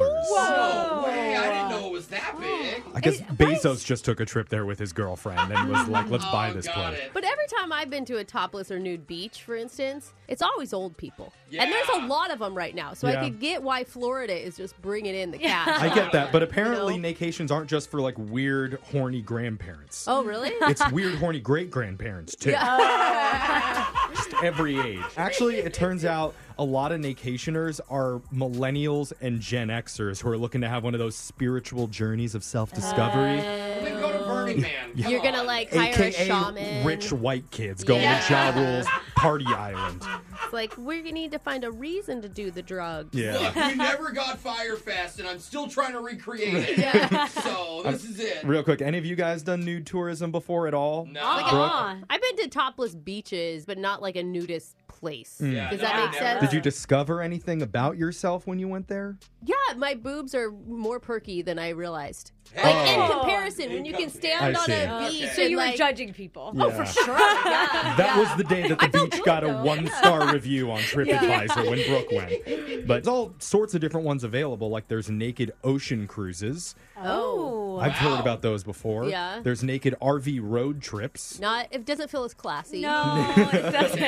[SPEAKER 3] way. I didn't know it was that big.
[SPEAKER 1] I guess
[SPEAKER 4] It- what?
[SPEAKER 1] Bezos just took a trip there with his girlfriend and was like, let's buy
[SPEAKER 3] Oh,
[SPEAKER 1] this
[SPEAKER 3] got
[SPEAKER 1] place.
[SPEAKER 3] it.
[SPEAKER 2] But every time I've been to a topless or nude beach, for instance, it's always old people.
[SPEAKER 3] Yeah.
[SPEAKER 2] And there's a lot of them right now. So
[SPEAKER 1] Yeah.
[SPEAKER 2] I could get why Florida is just bringing in the
[SPEAKER 4] Yeah.
[SPEAKER 2] cash.
[SPEAKER 1] I get that, but apparently
[SPEAKER 2] You know?
[SPEAKER 1] nacations aren't just for like weird, horny grandparents.
[SPEAKER 2] Oh, really?
[SPEAKER 1] It's weird, horny great grandparents too. Just every age. Actually, it turns out a lot of vacationers are millennials and Gen Xers who are looking to have one of those spiritual journeys of self-discovery.
[SPEAKER 3] Then go to Burning Man. Come
[SPEAKER 2] You're going to
[SPEAKER 3] on.
[SPEAKER 2] Uh, like hire a
[SPEAKER 1] AKA
[SPEAKER 2] shaman.
[SPEAKER 1] rich white kids going to Ja
[SPEAKER 2] Yeah.
[SPEAKER 1] Rule's party island.
[SPEAKER 2] It's like, we need to find a reason to do the drugs.
[SPEAKER 1] Yeah.
[SPEAKER 3] Look, we never got Fire Fest, and I'm still trying to recreate it. So Oh, this is it.
[SPEAKER 1] Uh, Real quick, any of you guys done nude tourism before at all?
[SPEAKER 3] No.
[SPEAKER 4] Uh-uh.
[SPEAKER 2] I've been to topless beaches, but not like a nudist place.
[SPEAKER 1] Mm.
[SPEAKER 3] Yeah,
[SPEAKER 2] Does
[SPEAKER 3] no,
[SPEAKER 2] that
[SPEAKER 3] I
[SPEAKER 2] make
[SPEAKER 3] never-
[SPEAKER 2] sense?
[SPEAKER 1] Did you discover anything about yourself when you went there?
[SPEAKER 2] Yeah, my boobs are more perky than I realized.
[SPEAKER 3] Hey.
[SPEAKER 2] Like
[SPEAKER 4] Oh.
[SPEAKER 2] in comparison, when you can stand
[SPEAKER 1] I
[SPEAKER 2] on
[SPEAKER 1] see.
[SPEAKER 2] a beach,
[SPEAKER 3] Okay.
[SPEAKER 4] So you
[SPEAKER 2] and,
[SPEAKER 4] were
[SPEAKER 2] like,
[SPEAKER 4] judging people.
[SPEAKER 1] Oh, for sure.
[SPEAKER 2] Yeah.
[SPEAKER 1] That was the day that the beach got a one star review on TripAdvisor when Brooke went. But it's all sorts of different ones available. Like there's naked ocean cruises.
[SPEAKER 4] Oh.
[SPEAKER 1] I've heard about those before.
[SPEAKER 2] Yeah.
[SPEAKER 1] There's naked RV road trips.
[SPEAKER 2] not. It doesn't feel as classy.
[SPEAKER 4] No, it doesn't.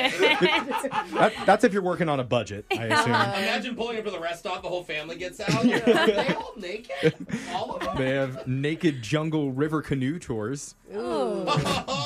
[SPEAKER 1] That, that's if you're working on a budget, I assume.
[SPEAKER 3] Imagine pulling up to the rest stop, the whole family gets out. Are they all naked? All of them?
[SPEAKER 1] They have naked jungle river canoe tours.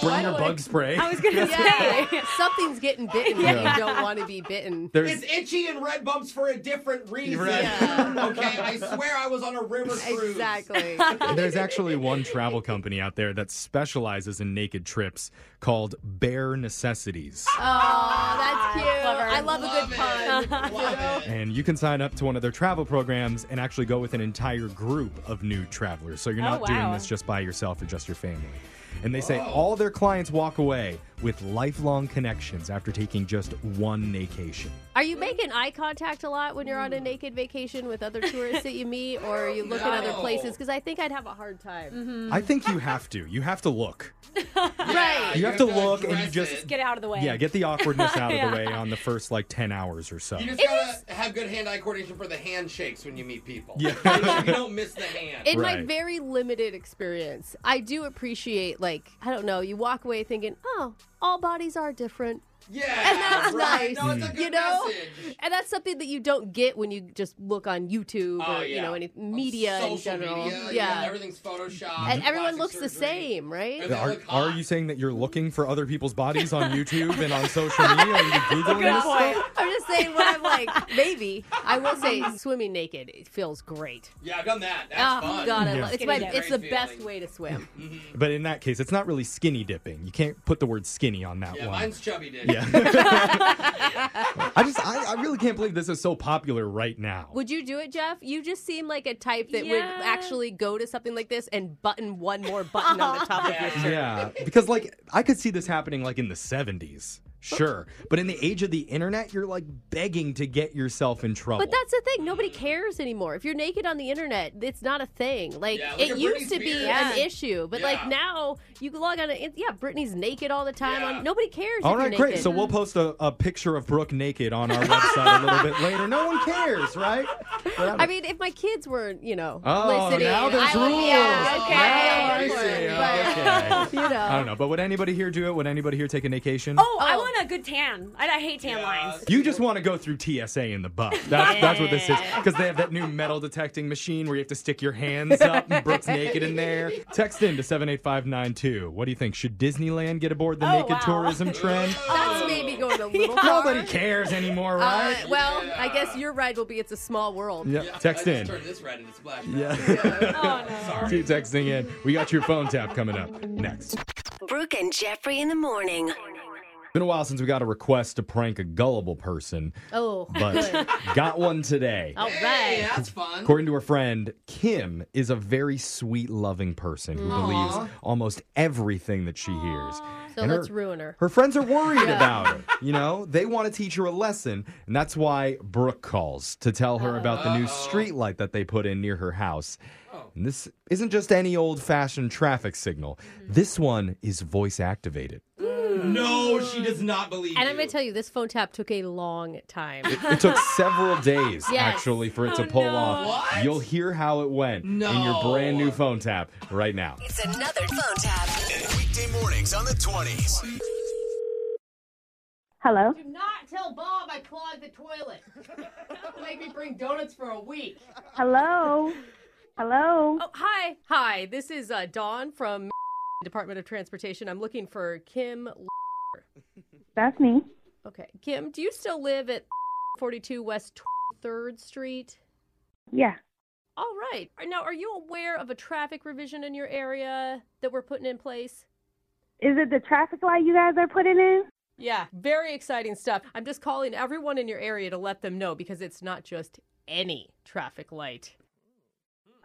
[SPEAKER 1] Bring your bug spray.
[SPEAKER 4] I was gonna
[SPEAKER 2] Yeah,
[SPEAKER 4] say.
[SPEAKER 2] something's getting bitten. when You don't want to be bitten.
[SPEAKER 1] There's
[SPEAKER 3] It's itchy and red bumps for a different reason.
[SPEAKER 1] Right.
[SPEAKER 3] Okay, I swear I was on a river cruise.
[SPEAKER 2] Exactly.
[SPEAKER 1] There's actually one travel company out there that specializes in naked trips called Bare Necessities.
[SPEAKER 2] Oh, that's cute.
[SPEAKER 4] Clever.
[SPEAKER 2] I love, a
[SPEAKER 3] Love
[SPEAKER 2] good
[SPEAKER 3] it.
[SPEAKER 2] pun.
[SPEAKER 3] Love it.
[SPEAKER 1] And you can sign up to one of their travel programs and actually go with an entire group of new travelers. So you're not doing
[SPEAKER 4] Oh, wow.
[SPEAKER 1] this just by yourself or just your family. And they say all their clients walk away with lifelong connections after taking just one vacation.
[SPEAKER 2] Are you making eye contact a lot when you're
[SPEAKER 4] Mm.
[SPEAKER 2] on a naked vacation with other tourists that you meet, or are you looking other
[SPEAKER 3] No.
[SPEAKER 2] places? Because I think I'd have a hard time.
[SPEAKER 4] Mm-hmm.
[SPEAKER 1] I think you have to. You have to look.
[SPEAKER 2] Right.
[SPEAKER 1] You have to look and you
[SPEAKER 3] address
[SPEAKER 1] just-
[SPEAKER 3] it.
[SPEAKER 4] Get out of the way.
[SPEAKER 1] Yeah, get the awkwardness out of
[SPEAKER 4] Yeah.
[SPEAKER 1] the way on the first like 10 hours or so.
[SPEAKER 3] You just gotta have good hand-eye coordination for the handshakes when you meet people.
[SPEAKER 1] Yeah.
[SPEAKER 3] you don't miss the hand.
[SPEAKER 2] In my
[SPEAKER 1] Right.
[SPEAKER 2] very limited experience, I do appreciate, like, I don't know, you walk away thinking, oh, all bodies are different.
[SPEAKER 3] yeah,
[SPEAKER 2] And that's
[SPEAKER 3] right.
[SPEAKER 2] nice.
[SPEAKER 3] No, it's a good
[SPEAKER 2] you know?
[SPEAKER 3] message.
[SPEAKER 2] And that's something that you don't get when you just look on YouTube
[SPEAKER 3] Oh,
[SPEAKER 2] or,
[SPEAKER 3] yeah.
[SPEAKER 2] you know, any
[SPEAKER 3] On
[SPEAKER 2] media
[SPEAKER 3] social
[SPEAKER 2] in general.
[SPEAKER 3] media,
[SPEAKER 2] yeah.
[SPEAKER 3] everything's photoshopped.
[SPEAKER 2] and everyone
[SPEAKER 3] plastic
[SPEAKER 2] looks the
[SPEAKER 3] surgery.
[SPEAKER 2] same, right?
[SPEAKER 3] Yeah.
[SPEAKER 1] Are,
[SPEAKER 3] look
[SPEAKER 1] are
[SPEAKER 3] hot.
[SPEAKER 1] you saying that you're looking for other people's bodies on YouTube and on social media and you Googling
[SPEAKER 4] Good
[SPEAKER 1] this?
[SPEAKER 4] point.
[SPEAKER 2] I'm just saying what I'm like. Maybe I will say swimming naked it feels great.
[SPEAKER 3] Yeah, I've done that. That's
[SPEAKER 2] Oh
[SPEAKER 3] fun.
[SPEAKER 2] God, I
[SPEAKER 1] Yeah.
[SPEAKER 2] love it's
[SPEAKER 4] Skinny
[SPEAKER 2] my
[SPEAKER 4] dip.
[SPEAKER 2] it's the
[SPEAKER 3] Great
[SPEAKER 2] best
[SPEAKER 3] feeling. Mm-hmm.
[SPEAKER 2] way to swim.
[SPEAKER 1] But in that case, it's not really skinny dipping. You can't put the word skinny on that
[SPEAKER 3] Yeah,
[SPEAKER 1] one.
[SPEAKER 3] mine's chubby dick.
[SPEAKER 1] Yeah. I just, I, I really can't believe this is so popular right now.
[SPEAKER 2] Would you do it, Jeff? You just seem like a type that would
[SPEAKER 4] Yeah.
[SPEAKER 2] actually go to something like this and button one more button on the top of your shirt.
[SPEAKER 1] yeah, because like I could see this happening like in the 70s, sure, but in the age of the internet, you're like begging to get yourself in trouble.
[SPEAKER 2] But that's the thing. Nobody cares anymore. If you're naked on the internet, it's not a thing. Like
[SPEAKER 3] Yeah, look
[SPEAKER 2] it
[SPEAKER 3] at
[SPEAKER 2] used
[SPEAKER 3] Britney
[SPEAKER 2] to be
[SPEAKER 3] Spears.
[SPEAKER 2] an
[SPEAKER 4] Yeah.
[SPEAKER 2] issue, but
[SPEAKER 3] Yeah.
[SPEAKER 2] like now you can log on. To, yeah, Britney's naked all the time.
[SPEAKER 3] Yeah.
[SPEAKER 2] On nobody cares.
[SPEAKER 1] all
[SPEAKER 2] if
[SPEAKER 1] right,
[SPEAKER 2] you're
[SPEAKER 1] great.
[SPEAKER 2] naked.
[SPEAKER 1] So we'll post a, a picture of Brooke naked on our website a little bit later. No one cares, right? But I don't-
[SPEAKER 2] I mean, if my kids were, you know,
[SPEAKER 1] Oh,
[SPEAKER 2] listening,
[SPEAKER 1] now there's
[SPEAKER 2] I would,
[SPEAKER 1] rules.
[SPEAKER 2] Yeah, okay.
[SPEAKER 1] Now
[SPEAKER 2] I
[SPEAKER 1] I
[SPEAKER 2] would,
[SPEAKER 1] see.
[SPEAKER 2] but,
[SPEAKER 1] Okay.
[SPEAKER 2] You know,
[SPEAKER 1] I don't know, but would anybody here do it? Would anybody here take a vacation?
[SPEAKER 4] Oh, I
[SPEAKER 2] Oh.
[SPEAKER 4] want want a good tan. I, I hate tan
[SPEAKER 3] Yeah.
[SPEAKER 4] lines.
[SPEAKER 1] You just want to go through TSA in the butt. That's, that's what this is. Because they have that new metal detecting machine where you have to stick your hands up and Brooke's naked in there. Text in to 78592. What do you think? Should Disneyland get aboard the
[SPEAKER 4] Oh,
[SPEAKER 1] naked
[SPEAKER 4] wow.
[SPEAKER 1] tourism trend?
[SPEAKER 2] That's maybe going a little far.
[SPEAKER 1] Nobody cares
[SPEAKER 4] Oh,
[SPEAKER 1] anymore,
[SPEAKER 2] Uh,
[SPEAKER 1] right?
[SPEAKER 2] well, I guess your ride will be It's a Small World.
[SPEAKER 1] yeah.
[SPEAKER 3] Yeah,
[SPEAKER 1] Text
[SPEAKER 3] I just
[SPEAKER 1] in.
[SPEAKER 3] Turn this red into splash.
[SPEAKER 1] Yeah.
[SPEAKER 4] Oh no.
[SPEAKER 1] Keep texting in. We got your phone tap coming up next.
[SPEAKER 6] Brooke and Jeffrey in the morning.
[SPEAKER 1] Been a while since we got a request to prank a gullible person,
[SPEAKER 2] Oh,
[SPEAKER 1] but got one
[SPEAKER 4] Oh,
[SPEAKER 1] today.
[SPEAKER 2] all
[SPEAKER 3] Hey,
[SPEAKER 2] right.
[SPEAKER 3] that's fun.
[SPEAKER 1] According to her friend, Kim is a very sweet, loving person who believes almost everything that she hears.
[SPEAKER 2] So
[SPEAKER 1] And her-
[SPEAKER 2] let's ruin her.
[SPEAKER 1] Her friends are worried about it. You know, they want to teach her a lesson, and that's why Brooke calls to tell her about the new streetlight that they put in near her house.
[SPEAKER 2] Oh.
[SPEAKER 1] And this isn't just any old-fashioned traffic signal.
[SPEAKER 2] Mm-hmm.
[SPEAKER 1] This one is voice activated.
[SPEAKER 3] No, she does not believe
[SPEAKER 2] And I'm
[SPEAKER 3] you.
[SPEAKER 2] going to tell you, this phone tap took a long time.
[SPEAKER 1] It took several days
[SPEAKER 2] Yes.
[SPEAKER 1] actually for it to
[SPEAKER 4] Oh,
[SPEAKER 1] pull
[SPEAKER 4] no.
[SPEAKER 1] off.
[SPEAKER 3] What?
[SPEAKER 1] You'll hear how it went in your
[SPEAKER 3] No.
[SPEAKER 1] brand new phone tap right now.
[SPEAKER 6] It's another phone tap.
[SPEAKER 7] Weekday mornings on the 20s.
[SPEAKER 9] Hello.
[SPEAKER 2] Do not tell Bob I clogged the toilet. Make me bring donuts for a week.
[SPEAKER 9] Hello. Hello.
[SPEAKER 2] Oh, hi. Hi, this is uh, Dawn from Department of Transportation. I'm looking for Kim.
[SPEAKER 9] That's me.
[SPEAKER 2] Okay. Kim, do you still live at 42 West 3rd Street?
[SPEAKER 9] Yeah.
[SPEAKER 2] All right. Now, are you aware of a traffic revision in your area that we're putting in place?
[SPEAKER 9] Is it the traffic light you guys are putting in?
[SPEAKER 2] Yeah, very exciting stuff. I'm just calling everyone in your area to let them know because it's not just any traffic light.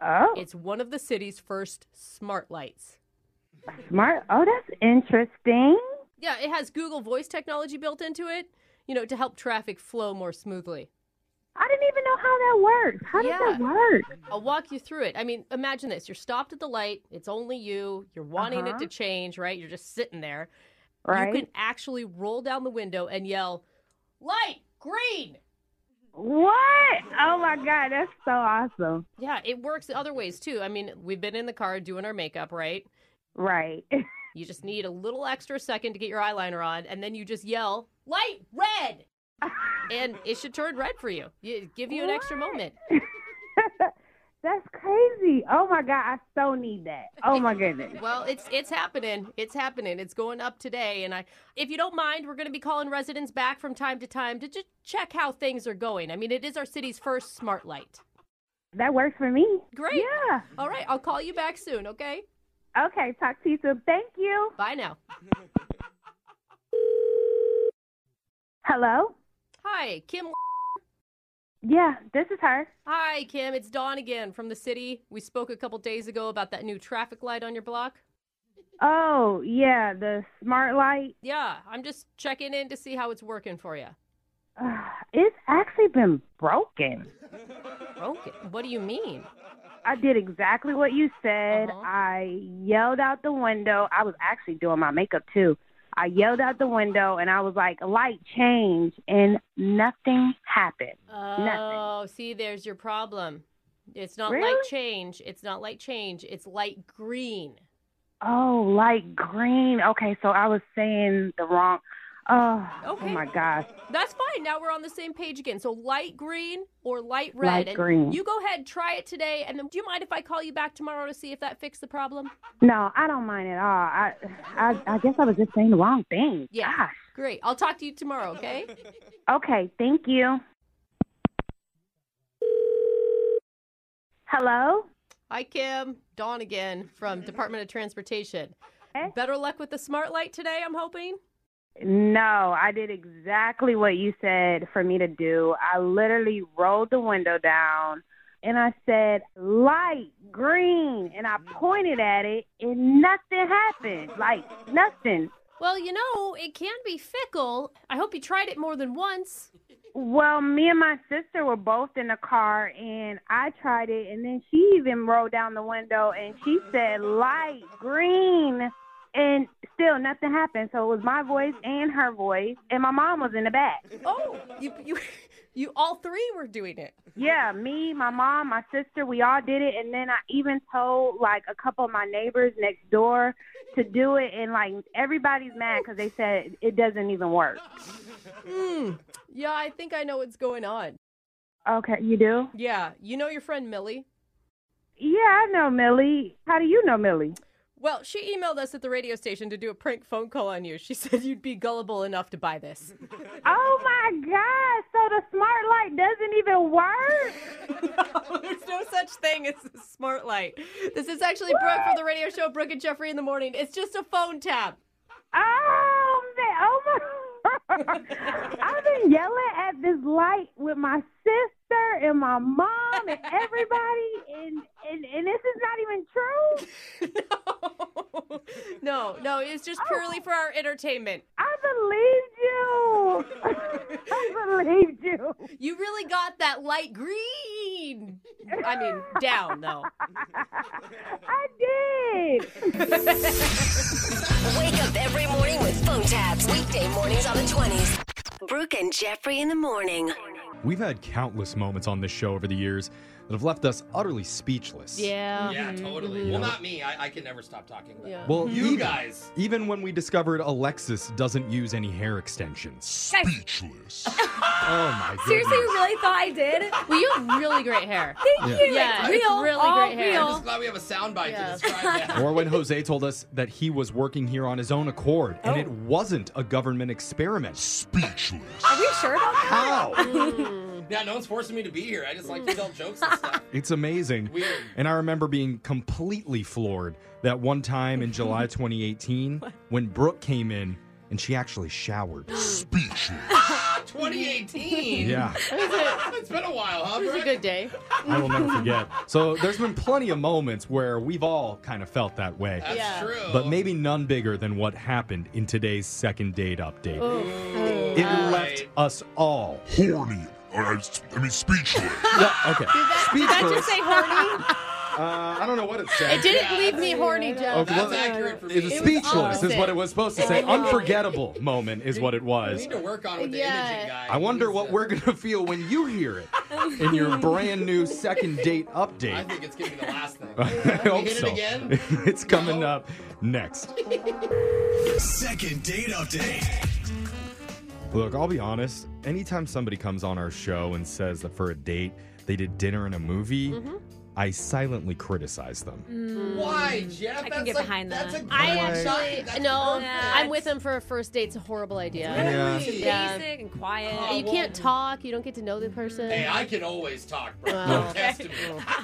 [SPEAKER 9] Oh,
[SPEAKER 2] It's one of the city's first smart lights.
[SPEAKER 9] smart. Oh, that's interesting.
[SPEAKER 2] Yeah, it has Google Voice technology built into it, you know, to help traffic flow more smoothly.
[SPEAKER 9] I didn't even know how that works. How does that
[SPEAKER 2] Yeah.
[SPEAKER 9] work?
[SPEAKER 2] I'll walk you through it. I mean, imagine this. You're stopped at the light, it's only you, you're wanting it
[SPEAKER 9] Uh-huh.
[SPEAKER 2] to change, right? You're just sitting there.
[SPEAKER 9] Right.
[SPEAKER 2] You can actually roll down the window and yell, "Light green."
[SPEAKER 9] What? Oh my God, that's so awesome.
[SPEAKER 2] Yeah, it works the other ways too. I mean, we've been in the car doing our makeup, right?
[SPEAKER 9] Right.
[SPEAKER 2] You just need a little extra second to get your eyeliner on, and then you just yell, light red! and it should turn red for you. You give you an extra
[SPEAKER 9] What?
[SPEAKER 2] moment.
[SPEAKER 9] that's crazy. Oh my God, I so need that. Oh my goodness.
[SPEAKER 2] Well, it's it's happening. It's happening. It's going up today. And I if you don't mind, we're gonna be calling residents back from time to time to just check how things are going. I mean, it is our city's first smart light.
[SPEAKER 9] That works for me.
[SPEAKER 2] Great.
[SPEAKER 9] Yeah.
[SPEAKER 2] All right, I'll call you back soon, okay?
[SPEAKER 9] Okay, talk to you soon. Thank you.
[SPEAKER 2] Bye now.
[SPEAKER 9] Hello.
[SPEAKER 2] Hi, Kim
[SPEAKER 9] Yeah, this is her.
[SPEAKER 2] Hi, Kim. It's Dawn again from the city. We spoke a couple days ago about that new traffic light on your block.
[SPEAKER 9] Oh yeah, the smart light.
[SPEAKER 2] Yeah, I'm just checking in to see how it's working for you.
[SPEAKER 9] Uh, it's actually been broken.
[SPEAKER 2] Broken? What do you mean?
[SPEAKER 9] I did exactly what you said.
[SPEAKER 2] Uh-huh.
[SPEAKER 9] I yelled out the window. I was actually doing my makeup too. I yelled out the window and I was like, light change, and nothing happened.
[SPEAKER 2] Oh, see, there's your problem. It's not light
[SPEAKER 9] Really?
[SPEAKER 2] change. It's not light change. It's light green.
[SPEAKER 9] Oh, light green. Okay, so I was saying the wrong. Oh,
[SPEAKER 2] Okay.
[SPEAKER 9] oh my gosh.
[SPEAKER 2] That's fine. Now we're on the same page again. So light green or light red.
[SPEAKER 9] Light
[SPEAKER 2] And
[SPEAKER 9] green.
[SPEAKER 2] You go ahead, try it today, and then do you mind if I call you back tomorrow to see if that fixed the problem?
[SPEAKER 9] No, I don't mind at all. I, I, I guess I was just saying the wrong thing.
[SPEAKER 2] Yeah.
[SPEAKER 9] Gosh.
[SPEAKER 2] Great. I'll talk to you tomorrow, okay?
[SPEAKER 9] Okay, thank you. Hello?
[SPEAKER 2] Hi, Kim. Dawn again from Department of Transportation.
[SPEAKER 9] Hey.
[SPEAKER 2] Better luck with the smart light today, I'm hoping.
[SPEAKER 9] No, I did exactly what you said for me to do. I literally rolled the window down and I said, light green. And I pointed at it and nothing happened. Like, nothing.
[SPEAKER 2] Well, you know, it can be fickle. I hope you tried it more than once.
[SPEAKER 9] Well, me and my sister were both in the car and I tried it. And then she even rolled down the window and she said, light green. And still nothing happened. So it was my voice and her voice. And my mom was in the back.
[SPEAKER 2] Oh, you you You all three were doing it.
[SPEAKER 9] Yeah, me, my mom, my sister, we all did it. And then I even told like a couple of my neighbors next door to do it. And like everybody's mad because they said it doesn't even work.
[SPEAKER 2] Yeah, I think I know what's going on.
[SPEAKER 9] Okay, you do?
[SPEAKER 2] Yeah, you know your friend Millie?
[SPEAKER 9] Yeah, I know Millie. How do you know Millie?
[SPEAKER 2] Well, she emailed us at the radio station to do a prank phone call on you. She said you'd be gullible enough to buy this.
[SPEAKER 9] Oh my God. So the smart light doesn't even work?
[SPEAKER 2] There's no such thing as a smart light. This is actually Brooke from the radio show Brooke and Jeffrey in the Morning. It's just a phone tap.
[SPEAKER 9] Oh, man. Oh my. I've been yelling at this light with my sister and my mom and everybody, and, and, and this is not even true.
[SPEAKER 2] No, no, no. It's just purely for our entertainment.
[SPEAKER 9] I believed you. I believed you.
[SPEAKER 2] You really got that light green. I mean, down though.
[SPEAKER 9] I did.
[SPEAKER 6] Wake up every morning with phone taps. Weekday mornings on the 20s. Brooke and Jeffrey in the morning.
[SPEAKER 1] We've had countless moments on this show over the years that have left us utterly speechless.
[SPEAKER 2] Yeah. Mm-hmm.
[SPEAKER 3] Yeah, totally. Well, not me. I, I can never stop talking about
[SPEAKER 2] Yeah.
[SPEAKER 3] it.
[SPEAKER 1] Well,
[SPEAKER 3] You
[SPEAKER 1] even-
[SPEAKER 3] guys.
[SPEAKER 1] Even when we discovered Alexis doesn't use any hair extensions.
[SPEAKER 4] Guys,
[SPEAKER 3] Ah!
[SPEAKER 1] Oh my goodness.
[SPEAKER 4] seriously, you really thought I did?
[SPEAKER 2] Well, you have really great hair.
[SPEAKER 4] Thank you.
[SPEAKER 2] Yeah,
[SPEAKER 4] it's
[SPEAKER 2] it's
[SPEAKER 4] real,
[SPEAKER 2] really
[SPEAKER 4] all
[SPEAKER 2] great hair.
[SPEAKER 3] I'm
[SPEAKER 4] real.
[SPEAKER 3] just glad we have a soundbite
[SPEAKER 2] Yeah.
[SPEAKER 3] to describe that.
[SPEAKER 1] Or when Jose told us that he was working here on his own accord and it wasn't a government experiment.
[SPEAKER 4] Are we sure about that?
[SPEAKER 1] How?
[SPEAKER 4] Mm.
[SPEAKER 3] yeah, no one's forcing me to be here. I just like to tell jokes and stuff.
[SPEAKER 1] It's amazing.
[SPEAKER 3] Weird.
[SPEAKER 1] And I remember being completely floored that one time in July 2018 when Brooke came in and she actually showered.
[SPEAKER 3] 2018.
[SPEAKER 1] yeah,
[SPEAKER 3] It's been a while, huh?
[SPEAKER 2] It was a
[SPEAKER 3] Brett?
[SPEAKER 2] good day.
[SPEAKER 1] I will never forget. So there's been plenty of moments where we've all kind of felt that way.
[SPEAKER 3] That's
[SPEAKER 2] Yeah.
[SPEAKER 3] true.
[SPEAKER 1] but maybe none bigger than what happened in today's second date update. It
[SPEAKER 3] Right.
[SPEAKER 1] left us all.
[SPEAKER 10] horny. Or I, s- I mean, speechless.
[SPEAKER 1] Yeah, okay. Speech
[SPEAKER 2] Did I just
[SPEAKER 1] first.
[SPEAKER 2] say horny?
[SPEAKER 1] uh, I don't know what it said.
[SPEAKER 2] It didn't
[SPEAKER 3] Yeah,
[SPEAKER 2] leave
[SPEAKER 3] that's-
[SPEAKER 2] me horny, Jeff.
[SPEAKER 1] Okay,
[SPEAKER 3] That's
[SPEAKER 1] well,
[SPEAKER 3] accurate for me.
[SPEAKER 1] It was
[SPEAKER 2] It was
[SPEAKER 1] speechless, is
[SPEAKER 2] opposite.
[SPEAKER 1] what it was supposed to say. Unforgettable moment is what it
[SPEAKER 3] We
[SPEAKER 1] was.
[SPEAKER 3] need to work on with the
[SPEAKER 2] Yeah.
[SPEAKER 3] imaging guy.
[SPEAKER 1] I wonder what
[SPEAKER 3] He's, uh,
[SPEAKER 1] we're going to feel when you hear it in your brand new second date
[SPEAKER 3] I
[SPEAKER 1] update.
[SPEAKER 3] think it's gonna be the last thing.
[SPEAKER 1] I hope
[SPEAKER 3] hit it
[SPEAKER 1] so.
[SPEAKER 3] again?
[SPEAKER 1] It's coming
[SPEAKER 3] No.
[SPEAKER 1] up next.
[SPEAKER 7] Second date update.
[SPEAKER 1] Look, I'll be honest. Anytime somebody comes on our show and says that for a date they did dinner and a movie,
[SPEAKER 3] Mm-hmm.
[SPEAKER 1] I silently criticize them.
[SPEAKER 3] Why, Jeff?
[SPEAKER 4] I can
[SPEAKER 3] that's
[SPEAKER 4] get
[SPEAKER 3] like,
[SPEAKER 4] behind
[SPEAKER 3] that's
[SPEAKER 4] that.
[SPEAKER 3] a
[SPEAKER 2] Mm. I
[SPEAKER 3] good shot.
[SPEAKER 2] actually
[SPEAKER 3] That's
[SPEAKER 2] no.
[SPEAKER 4] Yeah.
[SPEAKER 2] I'm with him for a first date. It's a horrible idea.
[SPEAKER 1] Yeah.
[SPEAKER 3] Really?
[SPEAKER 2] Yeah.
[SPEAKER 4] Basic and quiet.
[SPEAKER 2] You can't talk. You don't get to know the person.
[SPEAKER 3] Hey, I can always talk, bro.
[SPEAKER 2] Wow.
[SPEAKER 3] Don't test me.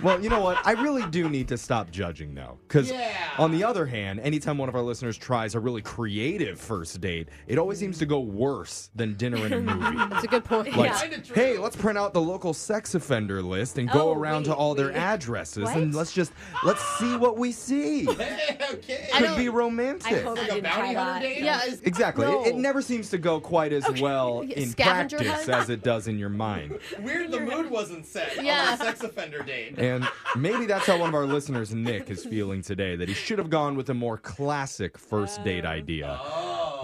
[SPEAKER 1] Well, you know what? I really do need to stop judging though. Because
[SPEAKER 3] Yeah.
[SPEAKER 1] on the other hand, anytime one of our listeners tries a really creative first date, it always seems to go worse than dinner and a movie.
[SPEAKER 2] That's a good point.
[SPEAKER 1] Like,
[SPEAKER 3] Kinda true.
[SPEAKER 1] hey, let's print out the local sex offender list and go
[SPEAKER 4] Oh,
[SPEAKER 1] around to
[SPEAKER 4] wait,
[SPEAKER 1] all their
[SPEAKER 4] wait.
[SPEAKER 1] addresses
[SPEAKER 4] What?
[SPEAKER 1] and let's just let's see what we see.
[SPEAKER 3] Hey, okay.
[SPEAKER 2] I
[SPEAKER 1] Could
[SPEAKER 2] don't-
[SPEAKER 1] be romantic.
[SPEAKER 4] I hope
[SPEAKER 3] like
[SPEAKER 4] you
[SPEAKER 3] a
[SPEAKER 4] didn't try
[SPEAKER 3] bounty
[SPEAKER 4] that.
[SPEAKER 3] hunter date?
[SPEAKER 2] Yeah. it's-
[SPEAKER 1] Exactly.
[SPEAKER 2] No.
[SPEAKER 1] It, it never seems to go quite as well
[SPEAKER 2] Yeah,
[SPEAKER 1] in
[SPEAKER 2] scavenger
[SPEAKER 1] practice
[SPEAKER 2] hunt.
[SPEAKER 1] as it does in your mind.
[SPEAKER 3] Weird the mood wasn't set on
[SPEAKER 2] Yeah.
[SPEAKER 3] a sex offender date.
[SPEAKER 1] And maybe that's how one of our listeners, Nick, is feeling today that he should have gone with a more classic first date idea.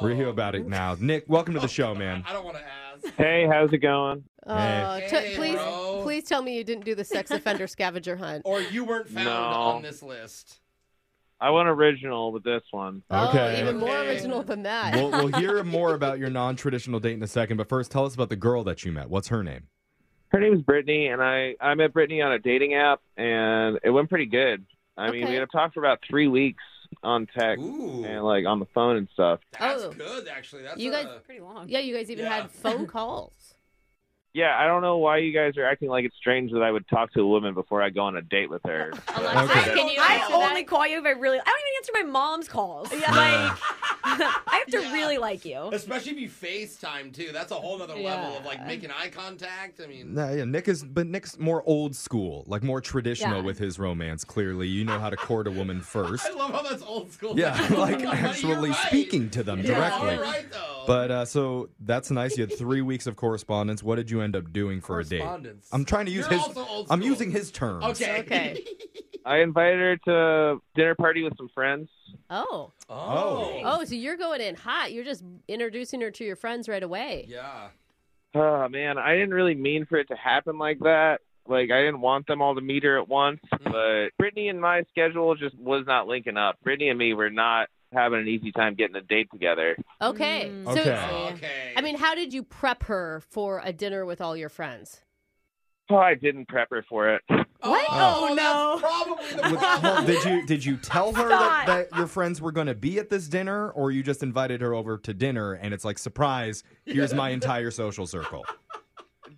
[SPEAKER 1] We're here about it now. Nick, welcome to the show, man.
[SPEAKER 3] I don't want to ask.
[SPEAKER 11] Hey, how's it going?
[SPEAKER 2] Oh,
[SPEAKER 1] Hey.
[SPEAKER 2] t-
[SPEAKER 3] Hey,
[SPEAKER 2] please,
[SPEAKER 3] bro.
[SPEAKER 2] please tell me you didn't do the sex offender scavenger hunt.
[SPEAKER 3] Or you weren't found
[SPEAKER 11] No.
[SPEAKER 3] on this list.
[SPEAKER 11] I want original with this one.
[SPEAKER 2] Oh,
[SPEAKER 1] Okay.
[SPEAKER 2] even more
[SPEAKER 3] Okay.
[SPEAKER 2] original than that.
[SPEAKER 1] We'll, we'll hear more about your non traditional date in a second, but first, tell us about the girl that you met. What's her name?
[SPEAKER 11] Her name is Brittany, and I I met Brittany on a dating app, and it went pretty good. I mean,
[SPEAKER 2] Okay.
[SPEAKER 11] we had talked for about three weeks on text
[SPEAKER 3] Ooh.
[SPEAKER 11] and like on the phone and stuff.
[SPEAKER 3] That's
[SPEAKER 2] Oh.
[SPEAKER 3] good, actually. That's
[SPEAKER 2] You guys-
[SPEAKER 3] a-
[SPEAKER 4] Pretty long.
[SPEAKER 2] yeah, you guys even
[SPEAKER 3] Yeah.
[SPEAKER 2] had phone calls.
[SPEAKER 11] Yeah, I don't know why you guys are acting like it's strange that I would talk to a woman before I go on a date with her.
[SPEAKER 2] Alexis,
[SPEAKER 1] Okay.
[SPEAKER 2] can you
[SPEAKER 4] I
[SPEAKER 2] answer
[SPEAKER 4] only
[SPEAKER 2] that?
[SPEAKER 4] call you if I really. I don't even answer my mom's calls.
[SPEAKER 2] Yeah.
[SPEAKER 4] Like, I have to
[SPEAKER 3] Yeah.
[SPEAKER 4] really like you.
[SPEAKER 3] Especially if you FaceTime too. That's a whole nother level of like making eye contact. I mean,
[SPEAKER 1] Nah, yeah, Nick is, but Nick's more old school, like more traditional
[SPEAKER 4] Yeah.
[SPEAKER 1] with his romance, clearly. You know how to court a woman first.
[SPEAKER 3] I love how that's old school.
[SPEAKER 1] Yeah, like
[SPEAKER 3] You're
[SPEAKER 1] actually
[SPEAKER 3] right.
[SPEAKER 1] speaking to them
[SPEAKER 3] You're
[SPEAKER 1] directly.
[SPEAKER 3] all right, though.
[SPEAKER 1] But uh, so that's nice. You had three weeks of correspondence. What did you end up doing for a date?
[SPEAKER 3] Correspondence.
[SPEAKER 1] I'm trying to use
[SPEAKER 3] You're
[SPEAKER 1] his.
[SPEAKER 3] also old
[SPEAKER 1] I'm
[SPEAKER 3] school.
[SPEAKER 1] using his terms.
[SPEAKER 3] Okay.
[SPEAKER 2] Okay.
[SPEAKER 11] I invited her to dinner party with some friends.
[SPEAKER 2] Oh,
[SPEAKER 3] Oh.
[SPEAKER 2] oh, so you're going in hot. You're just introducing her to your friends right away.
[SPEAKER 3] Yeah.
[SPEAKER 11] Oh man, I didn't really mean for it to happen like that. Like I didn't want them all to meet her at once, but Brittany and my schedule just was not linking up. Brittany and me were not having an easy time getting a date together.
[SPEAKER 2] Okay. So,
[SPEAKER 11] Okay.
[SPEAKER 2] I mean, how did you prep her for a dinner with all your friends?
[SPEAKER 11] Oh, I didn't prep her for it.
[SPEAKER 2] What?
[SPEAKER 1] Oh.
[SPEAKER 2] no.
[SPEAKER 3] Probably the
[SPEAKER 1] With- hold, did you did you tell her
[SPEAKER 2] Stop.
[SPEAKER 1] that, that your friends were going to be at this dinner, or you just invited her over to dinner and it's like surprise? Here's my entire social circle.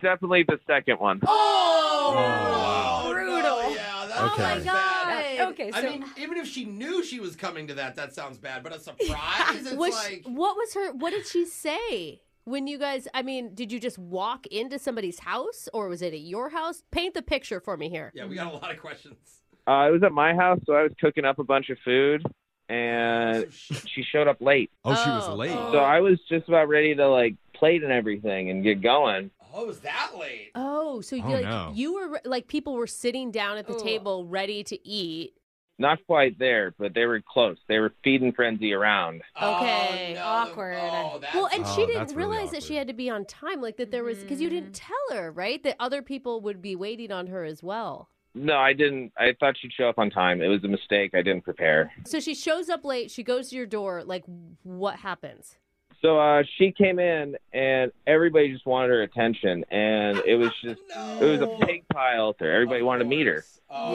[SPEAKER 11] Definitely the second one.
[SPEAKER 3] Oh,
[SPEAKER 4] brutal.
[SPEAKER 3] yeah, that
[SPEAKER 1] Okay.
[SPEAKER 3] sounds
[SPEAKER 1] Oh my
[SPEAKER 3] bad.
[SPEAKER 4] God. Okay,
[SPEAKER 3] I
[SPEAKER 4] so-
[SPEAKER 3] mean, even if she knew she was coming to that, that sounds bad. But a surprise, it's
[SPEAKER 2] Was she-
[SPEAKER 3] like
[SPEAKER 2] what was her? What did she say when you guys? I mean, did you just walk into somebody's house, or was it at your house? Paint the picture for me here.
[SPEAKER 3] yeah, we got a lot of questions.
[SPEAKER 11] Uh, it was at my house, so I was cooking up a bunch of food, and she showed up late.
[SPEAKER 1] Oh, she was late.
[SPEAKER 11] So I was just about ready to like plate and everything and get going.
[SPEAKER 3] Oh, it was that late?
[SPEAKER 2] Oh, so you
[SPEAKER 11] Oh,
[SPEAKER 2] like
[SPEAKER 11] no.
[SPEAKER 2] you were like people were sitting down at the table ready to eat.
[SPEAKER 11] Not quite there, but they were close. They were feeding frenzy around.
[SPEAKER 3] Oh,
[SPEAKER 2] Okay, awkward. well, and
[SPEAKER 11] Oh,
[SPEAKER 2] she didn't
[SPEAKER 11] that's really
[SPEAKER 2] realize that she had to be on time. Like that there was because you didn't tell her right that other people would be waiting on her as well.
[SPEAKER 11] No, I didn't. I thought she'd show up on time. It was a mistake. I didn't prepare.
[SPEAKER 2] So she shows up late. She goes to your door. Like, what happens?
[SPEAKER 11] So uh, she came in, and everybody just wanted her attention, and it was just it was a pig pile out there. Everybody wanted to meet her.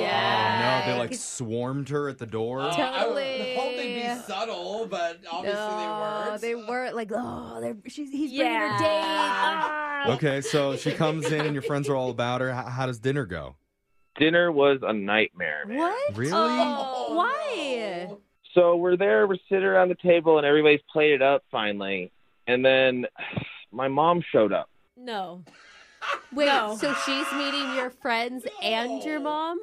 [SPEAKER 1] Yeah. no, they like swarmed her at the door.
[SPEAKER 3] Uh, I would hope they'd be subtle, but obviously they weren't.
[SPEAKER 2] were like, oh, they're, she's, he's bringing her
[SPEAKER 4] Yeah.
[SPEAKER 2] date.
[SPEAKER 1] Okay, so she comes in and your friends are all about her. How, how does dinner go?
[SPEAKER 11] Dinner was a nightmare. Man.
[SPEAKER 2] What?
[SPEAKER 1] Really?
[SPEAKER 2] Oh, Why?
[SPEAKER 11] So we're there, we're sitting around the table, and everybody's plated up finally, and then my mom showed up.
[SPEAKER 2] No. Wait, so she's meeting your friends and your mom?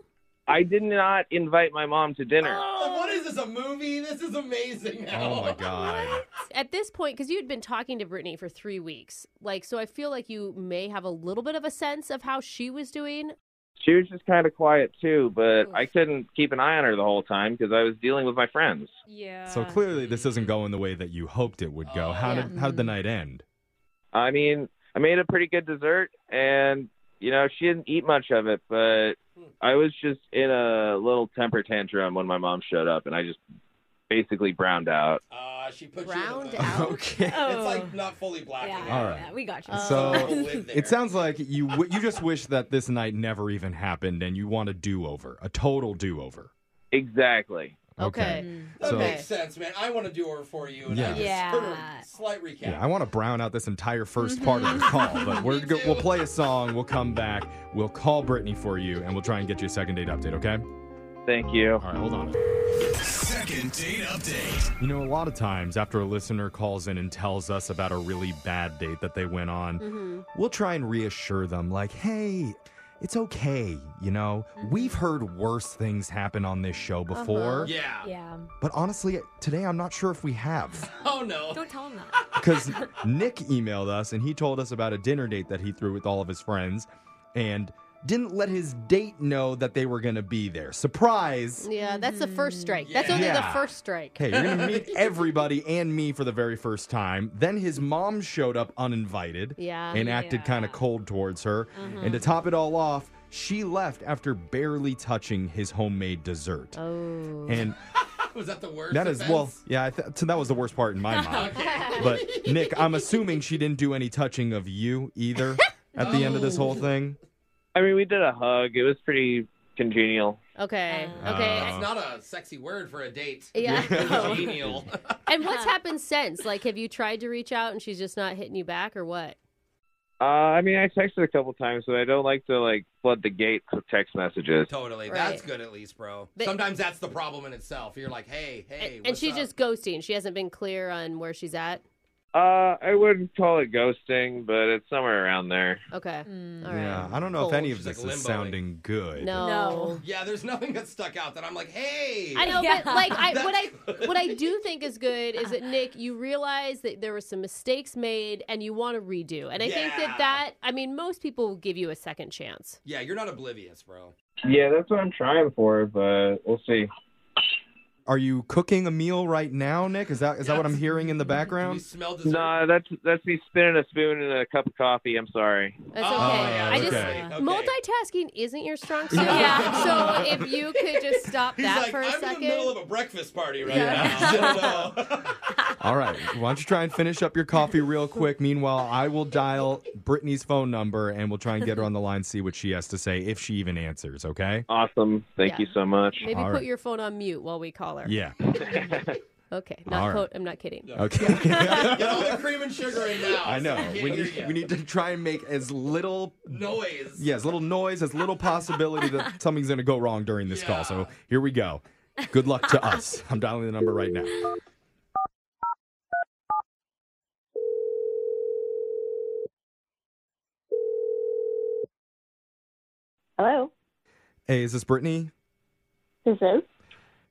[SPEAKER 11] I did not invite my mom to dinner.
[SPEAKER 2] Oh,
[SPEAKER 3] What is this? A movie? This is amazing. Now.
[SPEAKER 11] Oh my god.
[SPEAKER 2] At this point, because you had been talking to Brittany for three weeks, like, so I feel like you may have a little bit of a sense of how she was doing.
[SPEAKER 11] She was just kind of quiet too, but I couldn't keep an eye on her the whole time because I was dealing with my friends.
[SPEAKER 2] Yeah.
[SPEAKER 1] So clearly this isn't going the way that you hoped it would go. How did how did the night end?
[SPEAKER 11] I mean, I made a pretty good dessert, and you know, she didn't eat much of it, but I was just in a little temper tantrum when my mom showed up, and I just basically browned out.
[SPEAKER 3] Uh, she put you in
[SPEAKER 2] Round
[SPEAKER 3] the mood.
[SPEAKER 2] out?
[SPEAKER 1] Okay.
[SPEAKER 3] It's like not fully black. and
[SPEAKER 1] All
[SPEAKER 3] white.
[SPEAKER 1] right.
[SPEAKER 4] we got
[SPEAKER 1] So
[SPEAKER 3] People live there.
[SPEAKER 1] it sounds like you w- you just wish that this night never even happened, and you want a do over, a total do over.
[SPEAKER 11] Exactly.
[SPEAKER 3] That
[SPEAKER 1] So-
[SPEAKER 3] makes sense, man. I want to do it for you. And I
[SPEAKER 1] Yeah.
[SPEAKER 3] just
[SPEAKER 1] Yeah.
[SPEAKER 3] sort of slight recap.
[SPEAKER 1] Yeah, I want to brown out this entire first
[SPEAKER 4] Mm-hmm.
[SPEAKER 1] part of the call, but we're go- we'll play a song, we'll come back, we'll call Brittany for you, and we'll try and get you a second date update. Okay?
[SPEAKER 11] Thank you. All
[SPEAKER 1] right, hold on.
[SPEAKER 7] Second date update.
[SPEAKER 1] You know, a lot of times after a listener calls in and tells us about a really bad date that they went on,
[SPEAKER 7] Mhm.
[SPEAKER 1] we'll try and reassure them, like, hey, it's okay, you know? We've heard worse things happen on this
[SPEAKER 3] Uh-huh.
[SPEAKER 1] show before.
[SPEAKER 2] Uh-huh.
[SPEAKER 3] Yeah.
[SPEAKER 4] Yeah.
[SPEAKER 1] But honestly, today I'm not sure if we have.
[SPEAKER 3] Oh no.
[SPEAKER 4] Don't tell him that.
[SPEAKER 1] Because Nick emailed us and he told us about a dinner date that he threw with all of his friends and didn't let his date know that they were going to be there. Surprise!
[SPEAKER 2] Yeah, that's the first strike. That's only
[SPEAKER 1] Yeah.
[SPEAKER 2] the first strike.
[SPEAKER 1] Hey, you're gonna meet everybody and me for the very first time. Then his mom showed up uninvited
[SPEAKER 2] Yeah.
[SPEAKER 1] and acted kind of cold towards her.
[SPEAKER 2] Uh-huh.
[SPEAKER 1] And to top it all off, she left after barely touching his homemade dessert.
[SPEAKER 2] Oh.
[SPEAKER 1] And
[SPEAKER 3] Was that the worst?
[SPEAKER 1] that is, well, yeah, I th- so that was the worst part in my mind. But Nick, I'm assuming she didn't do any touching of you either at the end of this whole thing.
[SPEAKER 11] I mean, we did a hug. It was pretty congenial.
[SPEAKER 2] Okay.
[SPEAKER 1] okay.
[SPEAKER 3] It's not a sexy word for a date.
[SPEAKER 2] Yeah.
[SPEAKER 3] Genial.
[SPEAKER 2] And what's happened since? Like, have you tried to reach out and she's just not hitting you back or what?
[SPEAKER 11] Uh, I mean, I texted a couple times, but I don't like to like flood the gates with text messages.
[SPEAKER 3] Totally. That's good at least, bro.
[SPEAKER 2] But-
[SPEAKER 3] Sometimes that's the problem in itself. You're like, hey, hey.
[SPEAKER 2] and
[SPEAKER 3] what's
[SPEAKER 2] she's
[SPEAKER 3] up?
[SPEAKER 2] just ghosting. She hasn't been clear on where she's at.
[SPEAKER 11] Uh, I wouldn't call it ghosting, but it's somewhere around there.
[SPEAKER 2] Okay. All right.
[SPEAKER 1] Yeah, I don't know
[SPEAKER 2] Cool.
[SPEAKER 1] if any of
[SPEAKER 2] She's
[SPEAKER 1] this
[SPEAKER 2] like
[SPEAKER 1] is
[SPEAKER 2] limboing.
[SPEAKER 1] sounding good.
[SPEAKER 2] No.
[SPEAKER 3] Yeah, there's nothing that stuck out that I'm like, hey.
[SPEAKER 2] I know, but like, I, what I what I do think is good is that Nick, you realize that there were some mistakes made, and you want to redo. And I think
[SPEAKER 3] Yeah.
[SPEAKER 2] that that I mean, most people will give you a second chance.
[SPEAKER 3] Yeah, you're not oblivious, bro.
[SPEAKER 11] Yeah, that's what I'm trying for, but we'll see.
[SPEAKER 1] Are you cooking a meal right now, Nick? Is that is that what I'm hearing in the background?
[SPEAKER 11] No, that's that's me spinning a spoon and a cup of coffee. I'm sorry.
[SPEAKER 2] That's okay.
[SPEAKER 11] Oh, yeah,
[SPEAKER 2] I just
[SPEAKER 11] okay, okay.
[SPEAKER 2] multitasking isn't your strong suit.
[SPEAKER 4] Yeah.
[SPEAKER 2] So if you could just stop
[SPEAKER 3] He's
[SPEAKER 2] that
[SPEAKER 3] like,
[SPEAKER 2] for a
[SPEAKER 3] I'm in the
[SPEAKER 2] second.
[SPEAKER 3] middle of a breakfast party right
[SPEAKER 2] Yeah.
[SPEAKER 3] now. Oh, So, no.
[SPEAKER 1] All right. Why don't you try and finish up your coffee real quick? Meanwhile, I will dial Brittany's phone number and we'll try and get her on the line, see what she has to say, if she even answers, okay?
[SPEAKER 11] Awesome. Thank
[SPEAKER 2] Yeah.
[SPEAKER 11] you so much.
[SPEAKER 2] Maybe put your phone on mute while we call her.
[SPEAKER 1] Yeah.
[SPEAKER 2] Okay.
[SPEAKER 1] All
[SPEAKER 2] Not
[SPEAKER 1] right.
[SPEAKER 2] quote. I'm not kidding.
[SPEAKER 1] Okay.
[SPEAKER 3] Get all the cream and sugar in now.
[SPEAKER 1] I know.
[SPEAKER 3] So we
[SPEAKER 1] We
[SPEAKER 3] can't
[SPEAKER 1] need,
[SPEAKER 3] hear
[SPEAKER 1] we need to try and make as little
[SPEAKER 3] noise.
[SPEAKER 1] yeah, as little noise, as little possibility that something's gonna go wrong during this call. So here we go. Good luck to us. I'm dialing the number right now.
[SPEAKER 12] Hello,
[SPEAKER 1] Hey, is this Brittany?
[SPEAKER 12] this is.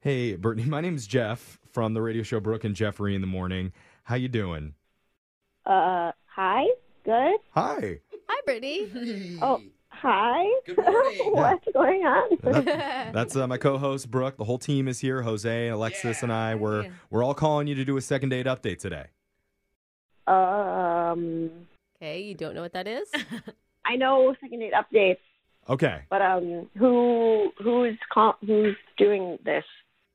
[SPEAKER 1] Hey, Brittany. My name's Jeff from the radio show Brooke and Jeffrey in the morning. How you doing?
[SPEAKER 12] Uh, hi. Good.
[SPEAKER 1] Hi.
[SPEAKER 2] Hi, Brittany.
[SPEAKER 12] Oh, hi. What's going on?
[SPEAKER 1] That's uh, my co-host Brooke. The whole team is here. Jose, Alexis, and I. We're we're all calling you to do a second date update today.
[SPEAKER 12] um.
[SPEAKER 2] Okay. You don't know what that is?
[SPEAKER 12] I know second date updates,
[SPEAKER 1] Okay.
[SPEAKER 12] but um, who who's con- who's doing this?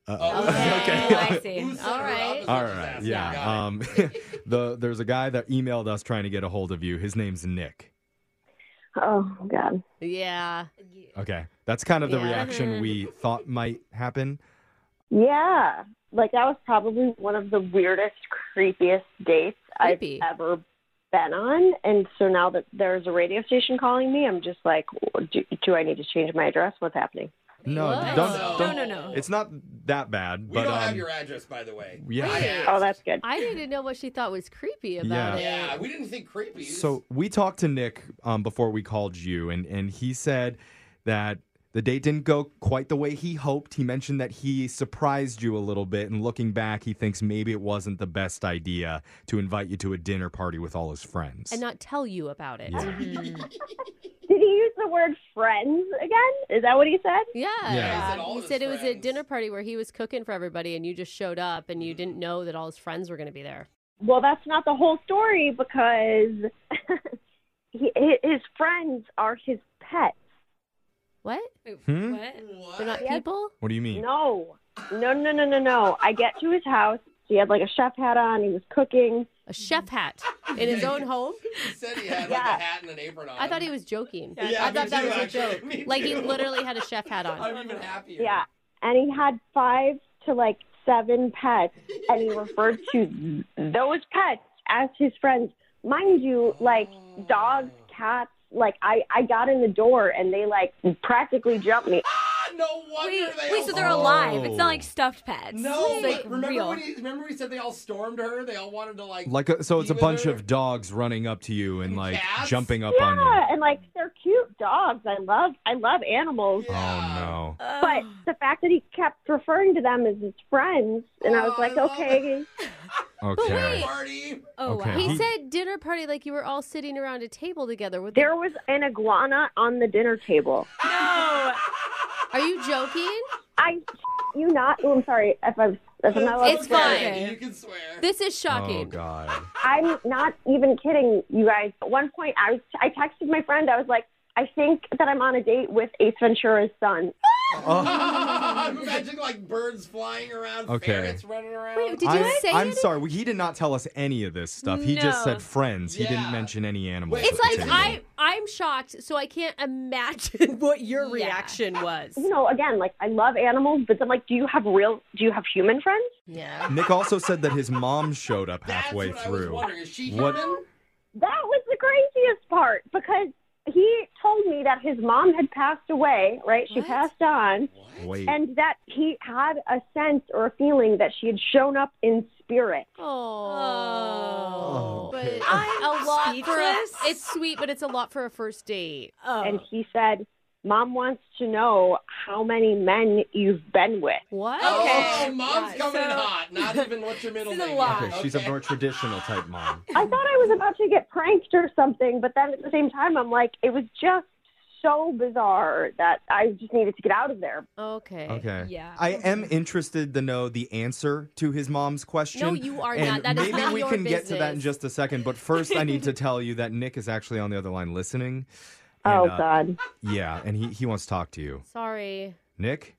[SPEAKER 1] Uh,
[SPEAKER 12] Oh.
[SPEAKER 2] Oh,
[SPEAKER 1] Okay.
[SPEAKER 2] All right.
[SPEAKER 1] All right. Yeah. Um, the there's a guy that emailed us trying to get a hold of you. His name's Nick.
[SPEAKER 12] Oh God.
[SPEAKER 2] Yeah.
[SPEAKER 1] Okay. That's kind of the
[SPEAKER 12] Yeah.
[SPEAKER 1] reaction we thought might happen.
[SPEAKER 12] Yeah, like that was probably one of the weirdest, creepiest dates
[SPEAKER 2] Creepy.
[SPEAKER 12] I've ever been on. And so now that there's a radio station calling me, I'm just like, do, do I need to change my address? What's happening?
[SPEAKER 1] No,
[SPEAKER 12] What?
[SPEAKER 1] don't,
[SPEAKER 12] No,
[SPEAKER 1] don't-
[SPEAKER 12] no, no.
[SPEAKER 1] It's not that bad,
[SPEAKER 3] We
[SPEAKER 1] but
[SPEAKER 3] don't
[SPEAKER 1] um,
[SPEAKER 3] have your address, by the way.
[SPEAKER 1] yeah.
[SPEAKER 12] Oh, that's good.
[SPEAKER 2] I didn't know what she thought was creepy
[SPEAKER 1] Yeah.
[SPEAKER 2] about it.
[SPEAKER 3] Yeah, we didn't think creepy.
[SPEAKER 1] So we talked to Nick um, before we called you, and and he said that the date didn't go quite the way he hoped. He mentioned that he surprised you a little bit, and looking back, he thinks maybe it wasn't the best idea to invite you to a dinner party with all his friends.
[SPEAKER 2] And not tell you about it. Mm-hmm.
[SPEAKER 1] Yeah.
[SPEAKER 12] Did he use the word friends again? Is that what he said?
[SPEAKER 2] Yeah.
[SPEAKER 1] Yeah. He said
[SPEAKER 2] He said it was a dinner party where he was cooking for everybody and you just showed up and
[SPEAKER 3] Mm-hmm.
[SPEAKER 2] you didn't know that all his friends were going to be there.
[SPEAKER 12] Well, that's not the whole story because he, his friends are his pets.
[SPEAKER 2] What?
[SPEAKER 1] Hmm?
[SPEAKER 2] What? They're not
[SPEAKER 12] Yes.
[SPEAKER 2] people?
[SPEAKER 1] What do you mean?
[SPEAKER 12] No, no, no, no, no, no. I get to his house. He had like a chef hat on. He was cooking.
[SPEAKER 2] A chef hat in his own home?
[SPEAKER 3] He said he had like a hat and an apron on.
[SPEAKER 2] I thought he was joking.
[SPEAKER 3] Yeah,
[SPEAKER 2] I thought
[SPEAKER 3] me
[SPEAKER 2] that
[SPEAKER 3] too,
[SPEAKER 2] was a
[SPEAKER 3] actually.
[SPEAKER 2] joke.
[SPEAKER 3] Me
[SPEAKER 2] Like he
[SPEAKER 3] too.
[SPEAKER 2] literally had a chef hat on.
[SPEAKER 3] I'm even happier.
[SPEAKER 12] Yeah, and he had five to like seven pets, and he referred to those pets as his friends. Mind you, like dogs, cats. Like I, I got in the door and they like practically jumped me.
[SPEAKER 3] No wonder
[SPEAKER 4] Wait,
[SPEAKER 3] they
[SPEAKER 4] wait,
[SPEAKER 3] all
[SPEAKER 4] so they're alive. It's not like
[SPEAKER 1] Oh.
[SPEAKER 4] stuffed pets.
[SPEAKER 3] No,
[SPEAKER 4] it's like
[SPEAKER 3] but remember
[SPEAKER 4] real.
[SPEAKER 3] when he remember we said they all stormed her? They all wanted to like
[SPEAKER 1] Like a, so, it's a
[SPEAKER 3] be with
[SPEAKER 1] bunch
[SPEAKER 3] her?
[SPEAKER 1] of dogs running up to you and like jumping up
[SPEAKER 12] yeah,
[SPEAKER 1] on you.
[SPEAKER 12] and like they're cute dogs. I love, I love animals.
[SPEAKER 1] Oh no!
[SPEAKER 12] But the fact that he kept referring to them as his friends, and I was like, okay,
[SPEAKER 1] Okay.
[SPEAKER 3] party.
[SPEAKER 1] Oh, Okay. wow.
[SPEAKER 2] He
[SPEAKER 1] He-
[SPEAKER 2] said dinner party like you were all sitting around a table together with
[SPEAKER 12] there was an iguana on the dinner table.
[SPEAKER 2] No. Are you joking?
[SPEAKER 12] I, you not? Oh, I'm sorry if I'm if I'm not. allowed
[SPEAKER 2] It's
[SPEAKER 12] to swear.
[SPEAKER 2] fine. You
[SPEAKER 3] can swear.
[SPEAKER 2] This is
[SPEAKER 1] Oh
[SPEAKER 2] shocking.
[SPEAKER 1] god!
[SPEAKER 12] I'm not even kidding, you guys. At one point, I was I texted my friend. I was like, I think that I'm on a date with Ace Ventura's son.
[SPEAKER 3] Oh.
[SPEAKER 1] uh.
[SPEAKER 3] I'm imagining like birds flying around,
[SPEAKER 1] Okay.
[SPEAKER 3] ferrets running around. Wait,
[SPEAKER 1] I, am sorry. He did not tell us any of this stuff. He just
[SPEAKER 2] No.
[SPEAKER 1] said friends. He
[SPEAKER 3] Yeah.
[SPEAKER 1] didn't mention any animals.
[SPEAKER 2] It's
[SPEAKER 1] at the
[SPEAKER 2] like
[SPEAKER 1] table.
[SPEAKER 2] I I'm shocked, so I can't imagine what your reaction was.
[SPEAKER 12] You know, again, like I love animals, but then like, do you have real? Do you have human friends?
[SPEAKER 2] Yeah.
[SPEAKER 1] Nick also said that his mom showed up halfway through. What-
[SPEAKER 12] That was the craziest part because he told me that his mom had passed away, right? She passed on.
[SPEAKER 1] Wait.
[SPEAKER 12] And that he had a sense or a feeling that she had shown up in spirit.
[SPEAKER 2] Oh, but
[SPEAKER 12] okay.
[SPEAKER 2] I'm a lot for a,
[SPEAKER 4] speechless.
[SPEAKER 2] it's sweet, but it's a lot for a first date.
[SPEAKER 12] And he said, Mom wants to know how many men you've been with.
[SPEAKER 2] What?
[SPEAKER 3] Oh, mom's coming in hot. Not even what's your middle name.
[SPEAKER 1] Okay, she's a more traditional type mom.
[SPEAKER 12] I thought I was about to get pranked or something, but then at the same time, I'm like, it was just so bizarre that I just needed to get out of there.
[SPEAKER 2] Okay.
[SPEAKER 1] Okay. I am interested to know the answer to his mom's question.
[SPEAKER 2] No, you are
[SPEAKER 1] and
[SPEAKER 2] not. That is
[SPEAKER 1] maybe
[SPEAKER 2] none
[SPEAKER 1] we
[SPEAKER 2] your
[SPEAKER 1] can get to that in
[SPEAKER 2] business.
[SPEAKER 1] just a second. But first, I need to tell you that Nick is actually on the other line listening.
[SPEAKER 12] Oh,
[SPEAKER 1] uh,
[SPEAKER 12] God.
[SPEAKER 1] Yeah, and he, he wants to talk to you.
[SPEAKER 2] Sorry.
[SPEAKER 1] Nick?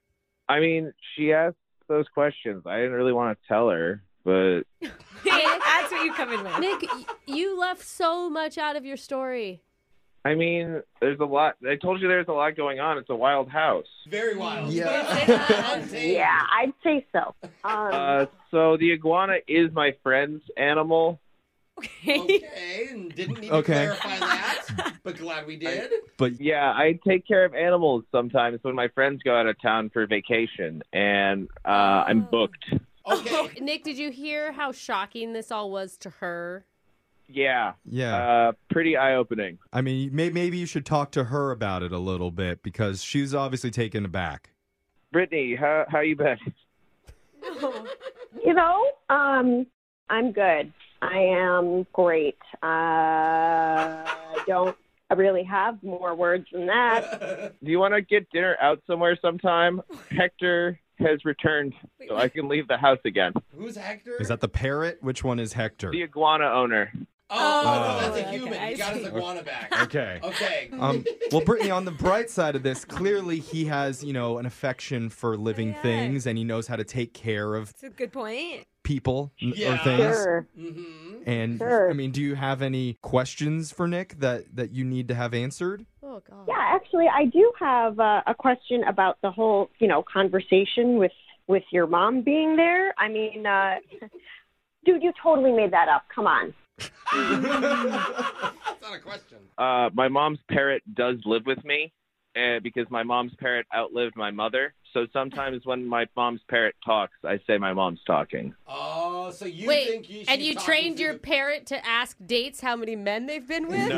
[SPEAKER 11] I mean, she asked those questions. I didn't really want to tell her, but
[SPEAKER 4] That's what you come in with.
[SPEAKER 2] Nick, y- you left so much out of your story.
[SPEAKER 11] I mean, there's a lot. I told you there's a lot going on. It's a wild house.
[SPEAKER 3] Very wild.
[SPEAKER 12] Yeah. yeah, I'd say so. Um,
[SPEAKER 11] Uh, so the iguana is my friend's animal.
[SPEAKER 3] Okay, and didn't need
[SPEAKER 11] Okay.
[SPEAKER 3] to clarify that, but glad we did.
[SPEAKER 1] But
[SPEAKER 11] yeah, I take care of animals sometimes when my friends go out of town for vacation, and uh,
[SPEAKER 2] Oh.
[SPEAKER 11] I'm booked.
[SPEAKER 2] Nick, did you hear how shocking this all was to her?
[SPEAKER 11] Yeah.
[SPEAKER 1] Yeah.
[SPEAKER 11] Uh, pretty eye opening.
[SPEAKER 1] I mean, may, maybe you should talk to her about it a little bit because she's obviously taken aback.
[SPEAKER 11] Brittany, how how you been?
[SPEAKER 12] you know, um, I'm good. I am great. Uh, I don't I really have more words than that.
[SPEAKER 11] Do you want to get dinner out somewhere sometime? Hector has returned, so I can leave the house again.
[SPEAKER 3] Who's Hector?
[SPEAKER 1] Is that the parrot? Which one is Hector?
[SPEAKER 11] The iguana owner.
[SPEAKER 3] Oh,
[SPEAKER 1] Oh,
[SPEAKER 3] no, that's a
[SPEAKER 1] okay,
[SPEAKER 3] human.
[SPEAKER 1] I
[SPEAKER 3] he got his
[SPEAKER 1] see.
[SPEAKER 3] iguana back.
[SPEAKER 1] Okay.
[SPEAKER 3] Okay.
[SPEAKER 1] Um, well, Brittany, on the bright side of this, clearly he has, you know, an affection for living things and he knows how to take care of
[SPEAKER 4] It's a good point.
[SPEAKER 1] people n-
[SPEAKER 4] Yeah.
[SPEAKER 1] or things.
[SPEAKER 4] Sure.
[SPEAKER 3] Mm-hmm.
[SPEAKER 1] And
[SPEAKER 4] Sure.
[SPEAKER 1] I mean, do you have any questions for Nick that that you need to have answered?
[SPEAKER 2] Oh God.
[SPEAKER 12] Yeah, actually, I do have uh, a question about the whole, you know, conversation with with your mom being there. I mean, uh, dude, you totally made that up. Come on.
[SPEAKER 11] Uh, my mom's parrot does live with me uh, because my mom's parrot outlived my mother. So sometimes when my mom's parrot talks, I say my mom's talking.
[SPEAKER 3] Oh, so you
[SPEAKER 2] Wait,
[SPEAKER 3] think you
[SPEAKER 2] and you trained your parrot to ask dates how many men they've been with?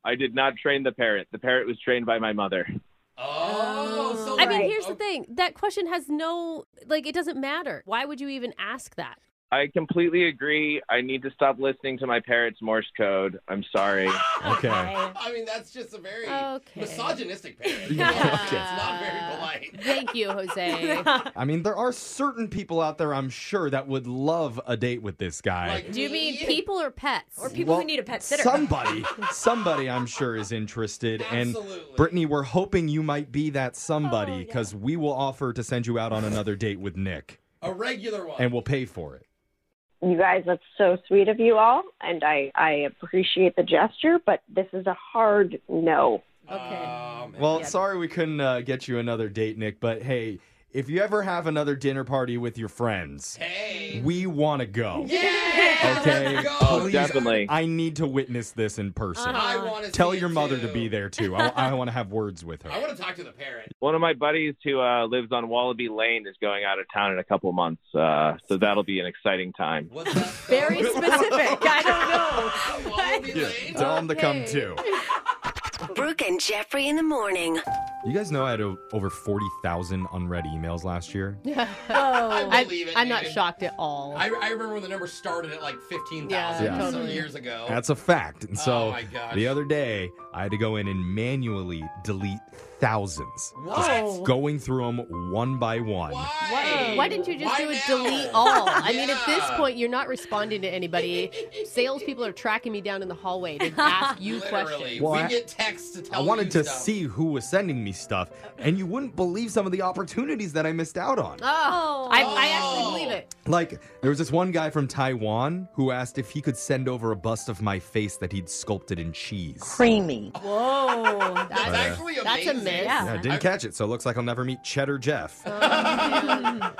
[SPEAKER 11] I did not train the parrot. The parrot was trained by my mother.
[SPEAKER 3] Oh,
[SPEAKER 2] I mean, here's the thing. That question has no, like, it doesn't matter. Why would you even ask that?
[SPEAKER 11] I completely agree. I need to stop listening to my parrot's Morse code. I'm sorry.
[SPEAKER 1] Okay.
[SPEAKER 2] uh,
[SPEAKER 3] I mean, that's just a very
[SPEAKER 2] Okay.
[SPEAKER 3] misogynistic parent.
[SPEAKER 1] Yeah, okay.
[SPEAKER 3] It's not very polite.
[SPEAKER 2] Thank you, Jose.
[SPEAKER 1] I mean, there are certain people out there, I'm sure, that would love a date with this guy.
[SPEAKER 2] Do you mean people or pets? Or
[SPEAKER 1] Well, Somebody, somebody, I'm sure is interested. And Brittany, we're hoping you might be that somebody because we will offer to send you out on another date with Nick,
[SPEAKER 3] A regular one.
[SPEAKER 1] and we'll pay for it.
[SPEAKER 12] You guys, that's so sweet of you all, and I I appreciate the gesture, but this is a hard no.
[SPEAKER 1] Well, sorry we couldn't uh, get you another date, Nick. But hey, if you ever have another dinner party with your friends,
[SPEAKER 3] hey.
[SPEAKER 1] we want to go.
[SPEAKER 3] Yeah.
[SPEAKER 1] Okay,
[SPEAKER 3] Let's go.
[SPEAKER 1] Please, I need to witness this in person.
[SPEAKER 3] I wanna
[SPEAKER 1] Tell
[SPEAKER 3] see
[SPEAKER 1] your
[SPEAKER 3] it
[SPEAKER 1] mother to be there too. I, I want to have words with her.
[SPEAKER 3] I want to talk to the parent.
[SPEAKER 11] One of my buddies who uh, lives on Wallaby Lane is going out of town in a couple months, uh, so that'll be an exciting time.
[SPEAKER 2] Very specific. I don't know.
[SPEAKER 1] Yeah, tell him to come too.
[SPEAKER 6] Brooke and Jeffrey in the morning.
[SPEAKER 1] You guys know I had o over 40,000 unread emails last year.
[SPEAKER 3] I believe it,
[SPEAKER 2] I'm not
[SPEAKER 3] dude.
[SPEAKER 2] shocked at all.
[SPEAKER 3] I, I remember when the number started at like 15,000
[SPEAKER 1] Yeah,
[SPEAKER 3] some
[SPEAKER 1] totally.
[SPEAKER 3] years ago.
[SPEAKER 1] That's a fact. And so
[SPEAKER 3] Oh my gosh.
[SPEAKER 1] the other day, I had to go in and manually delete thousands.
[SPEAKER 2] Whoa.
[SPEAKER 1] Just going through them one by one.
[SPEAKER 2] Why? Why didn't you just do a delete all? I mean, at this point, you're not responding to anybody. Salespeople are tracking me down in the hallway to ask you questions.
[SPEAKER 1] Well, I-
[SPEAKER 3] we get texts to tell
[SPEAKER 1] I wanted
[SPEAKER 3] you
[SPEAKER 1] to see who was sending me stuff, and you wouldn't believe some of the opportunities that I missed out on.
[SPEAKER 2] Oh, I, I actually believe it.
[SPEAKER 1] Like, there was this one guy from Taiwan who asked if he could send over a bust of my face that he'd sculpted in cheese.
[SPEAKER 6] Creamy.
[SPEAKER 2] Whoa, that's
[SPEAKER 1] Yeah. actually
[SPEAKER 2] That's a miss.
[SPEAKER 1] Yeah, I didn't catch it, so it looks like I'll never meet Cheddar Jeff.
[SPEAKER 3] Oh,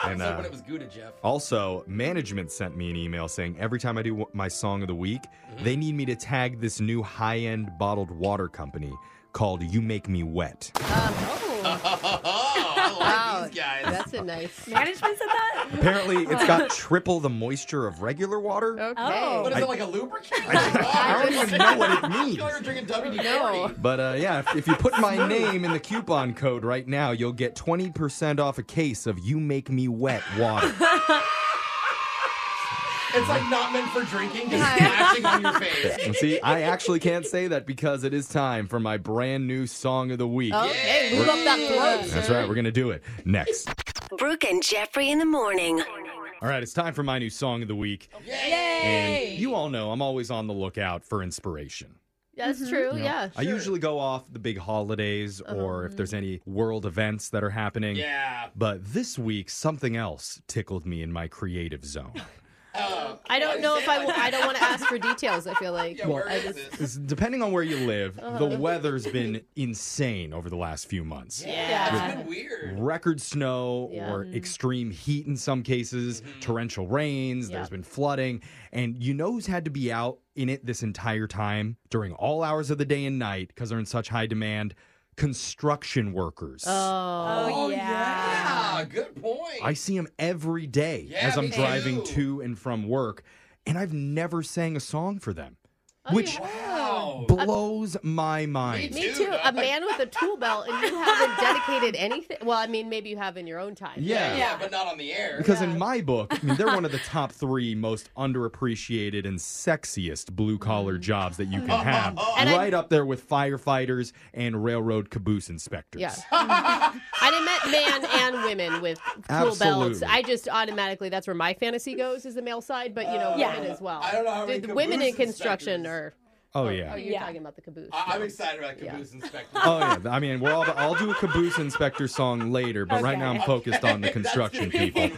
[SPEAKER 1] and
[SPEAKER 3] So
[SPEAKER 1] uh,
[SPEAKER 3] when it was good to Jeff.
[SPEAKER 1] also, management sent me an email saying every time I do w- my song of the week,
[SPEAKER 3] Mm-hmm.
[SPEAKER 1] they need me to tag this new high end bottled water company called You Make Me Wet.
[SPEAKER 3] I like these guys.
[SPEAKER 2] That's a nice
[SPEAKER 4] management said that.
[SPEAKER 1] Apparently, it's got triple the moisture of regular water.
[SPEAKER 2] Okay.
[SPEAKER 3] What Oh. is
[SPEAKER 1] I-
[SPEAKER 3] it like a lubricant?
[SPEAKER 1] Oh. I don't even know what it
[SPEAKER 3] I
[SPEAKER 1] means.
[SPEAKER 3] feel like we're drinking WD-40.
[SPEAKER 1] But uh, yeah, if, if you put my name in the coupon code right now, you'll get 20% off a case of You Make Me Wet water.
[SPEAKER 3] It's like not meant for drinking, just smashing on your face.
[SPEAKER 8] And see, I actually can't say that because it is time for my brand new song of the week.
[SPEAKER 6] Okay, move up that throat.
[SPEAKER 8] That's right, we're going to do it next.
[SPEAKER 6] Brooke and Jeffrey in the morning.
[SPEAKER 8] All right, it's time for my new song of the week.
[SPEAKER 6] Yay!
[SPEAKER 8] And you all know I'm always on the lookout for inspiration.
[SPEAKER 2] That's true.
[SPEAKER 8] You know,
[SPEAKER 3] Uh,
[SPEAKER 2] Yeah.
[SPEAKER 8] I usually go off the big holidays or if there's any world events that are happening.
[SPEAKER 3] Uh-huh. Yeah.
[SPEAKER 8] But this week, something else tickled me in my creative zone.
[SPEAKER 2] I don't know if I will. I don't want to ask for details. I feel like.
[SPEAKER 3] Oh, Yeah, where
[SPEAKER 2] I
[SPEAKER 3] is
[SPEAKER 2] just-
[SPEAKER 8] It's- Depending on where you live,
[SPEAKER 2] Uh-huh.
[SPEAKER 8] the weather's been insane over the last few months.
[SPEAKER 3] Yeah,
[SPEAKER 8] With
[SPEAKER 3] it's been weird.
[SPEAKER 8] Record snow
[SPEAKER 3] Yeah. Mm-hmm.
[SPEAKER 8] or extreme heat in some cases, torrential rains, there's been flooding. And you know who's had to be out in it this entire time during all hours of the day and night because they're in such high demand? Construction workers.
[SPEAKER 2] Oh,
[SPEAKER 3] yeah. Good point.
[SPEAKER 8] I see them every day
[SPEAKER 3] Yeah,
[SPEAKER 8] as I'm
[SPEAKER 3] me
[SPEAKER 8] driving to and from work, and I've never sang a song for them,
[SPEAKER 3] Oh,
[SPEAKER 8] which blows my mind.
[SPEAKER 2] Me too. A man with a tool belt, and you haven't dedicated anything. Well, I mean, maybe you have in your own time.
[SPEAKER 8] Yeah. Yeah,
[SPEAKER 3] but not on the air.
[SPEAKER 8] Because in my book, I mean, they're one of the top three most underappreciated and sexiest blue collar jobs that you can have.
[SPEAKER 2] And I-
[SPEAKER 8] right up there with firefighters and railroad caboose inspectors.
[SPEAKER 2] Yeah. I meant man and women with tool belts.
[SPEAKER 8] Absolutely.
[SPEAKER 2] I just automatically that's where my fantasy goes is the male side, but you know,
[SPEAKER 3] Uh,
[SPEAKER 2] women
[SPEAKER 3] yeah.
[SPEAKER 2] as well.
[SPEAKER 3] I don't know how many
[SPEAKER 2] The women in
[SPEAKER 3] caboose
[SPEAKER 2] construction are
[SPEAKER 8] Oh, yeah.
[SPEAKER 2] Oh, you're talking about the caboose.
[SPEAKER 3] I- I'm excited about caboose inspector.
[SPEAKER 8] Oh yeah, I mean, we're all. I'll do a caboose inspector song later, but right now I'm focused on the construction people.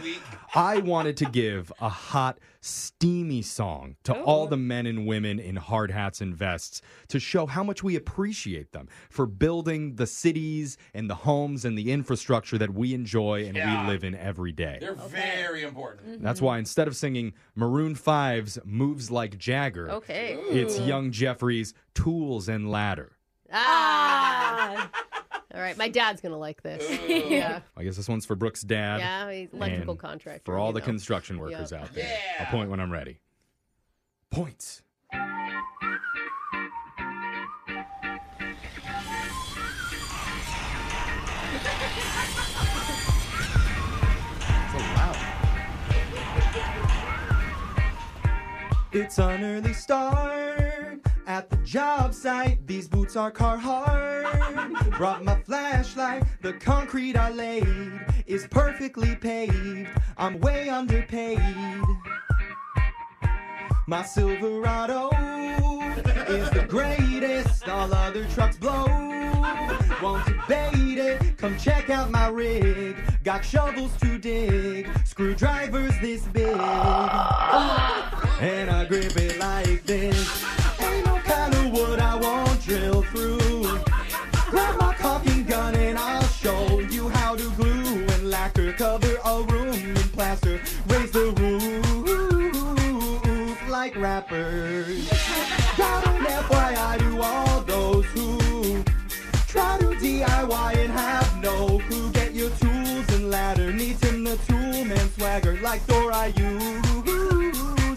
[SPEAKER 8] I wanted to give a hot, steamy song to
[SPEAKER 2] Oh.
[SPEAKER 8] all the men and women in hard hats and vests to show how much we appreciate them for building the cities and the homes and the infrastructure that we enjoy and
[SPEAKER 3] Yeah.
[SPEAKER 8] we live in every day.
[SPEAKER 3] They're very important.
[SPEAKER 2] Mm-hmm.
[SPEAKER 8] That's why instead of singing Maroon 5's Moves Like Jagger,
[SPEAKER 2] Okay.
[SPEAKER 8] it's Young Jeffrey's Tools and Ladder.
[SPEAKER 2] Ah. All right, my dad's gonna like this. yeah,
[SPEAKER 8] I guess this one's for Brooke's dad.
[SPEAKER 2] yeah, he's electrical
[SPEAKER 8] and
[SPEAKER 2] contractor.
[SPEAKER 8] For all
[SPEAKER 2] you
[SPEAKER 8] the
[SPEAKER 2] know.
[SPEAKER 8] construction workers
[SPEAKER 2] Yep.
[SPEAKER 8] out there. I'll point when I'm ready. Points. Oh, It's an early start at the job site. These boots are Carhartt. Brought my flashlight. The concrete I laid is perfectly paved. I'm way underpaid. My Silverado is the greatest. All other trucks blow. Won't debate it. Come check out my rig. Got shovels to dig. Screwdrivers this big. And I grip it like this. Ain't no kind of wood I won't drill through. Grab my caulking gun and I'll show you how to glue and lacquer. Cover a room in plaster. Raise the roof like rappers. Got an FYI to all those who try to DIY and have no clue. Get your tools and ladder. Needs him the tool man swagger like Thor I use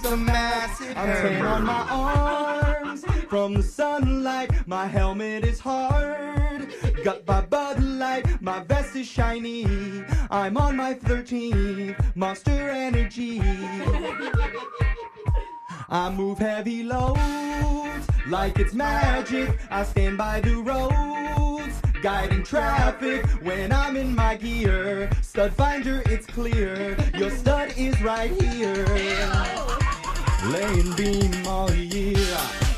[SPEAKER 8] a massive I'm tan on my arms from the sunlight. My helmet is hard. Got my Bud Light. My vest is shiny. I'm on my 13th Monster Energy. I move heavy loads like it's magic. I stand by the roads, guiding traffic when I'm in my gear. Stud finder, it's clear. Your stud is right here. Laying beam all year.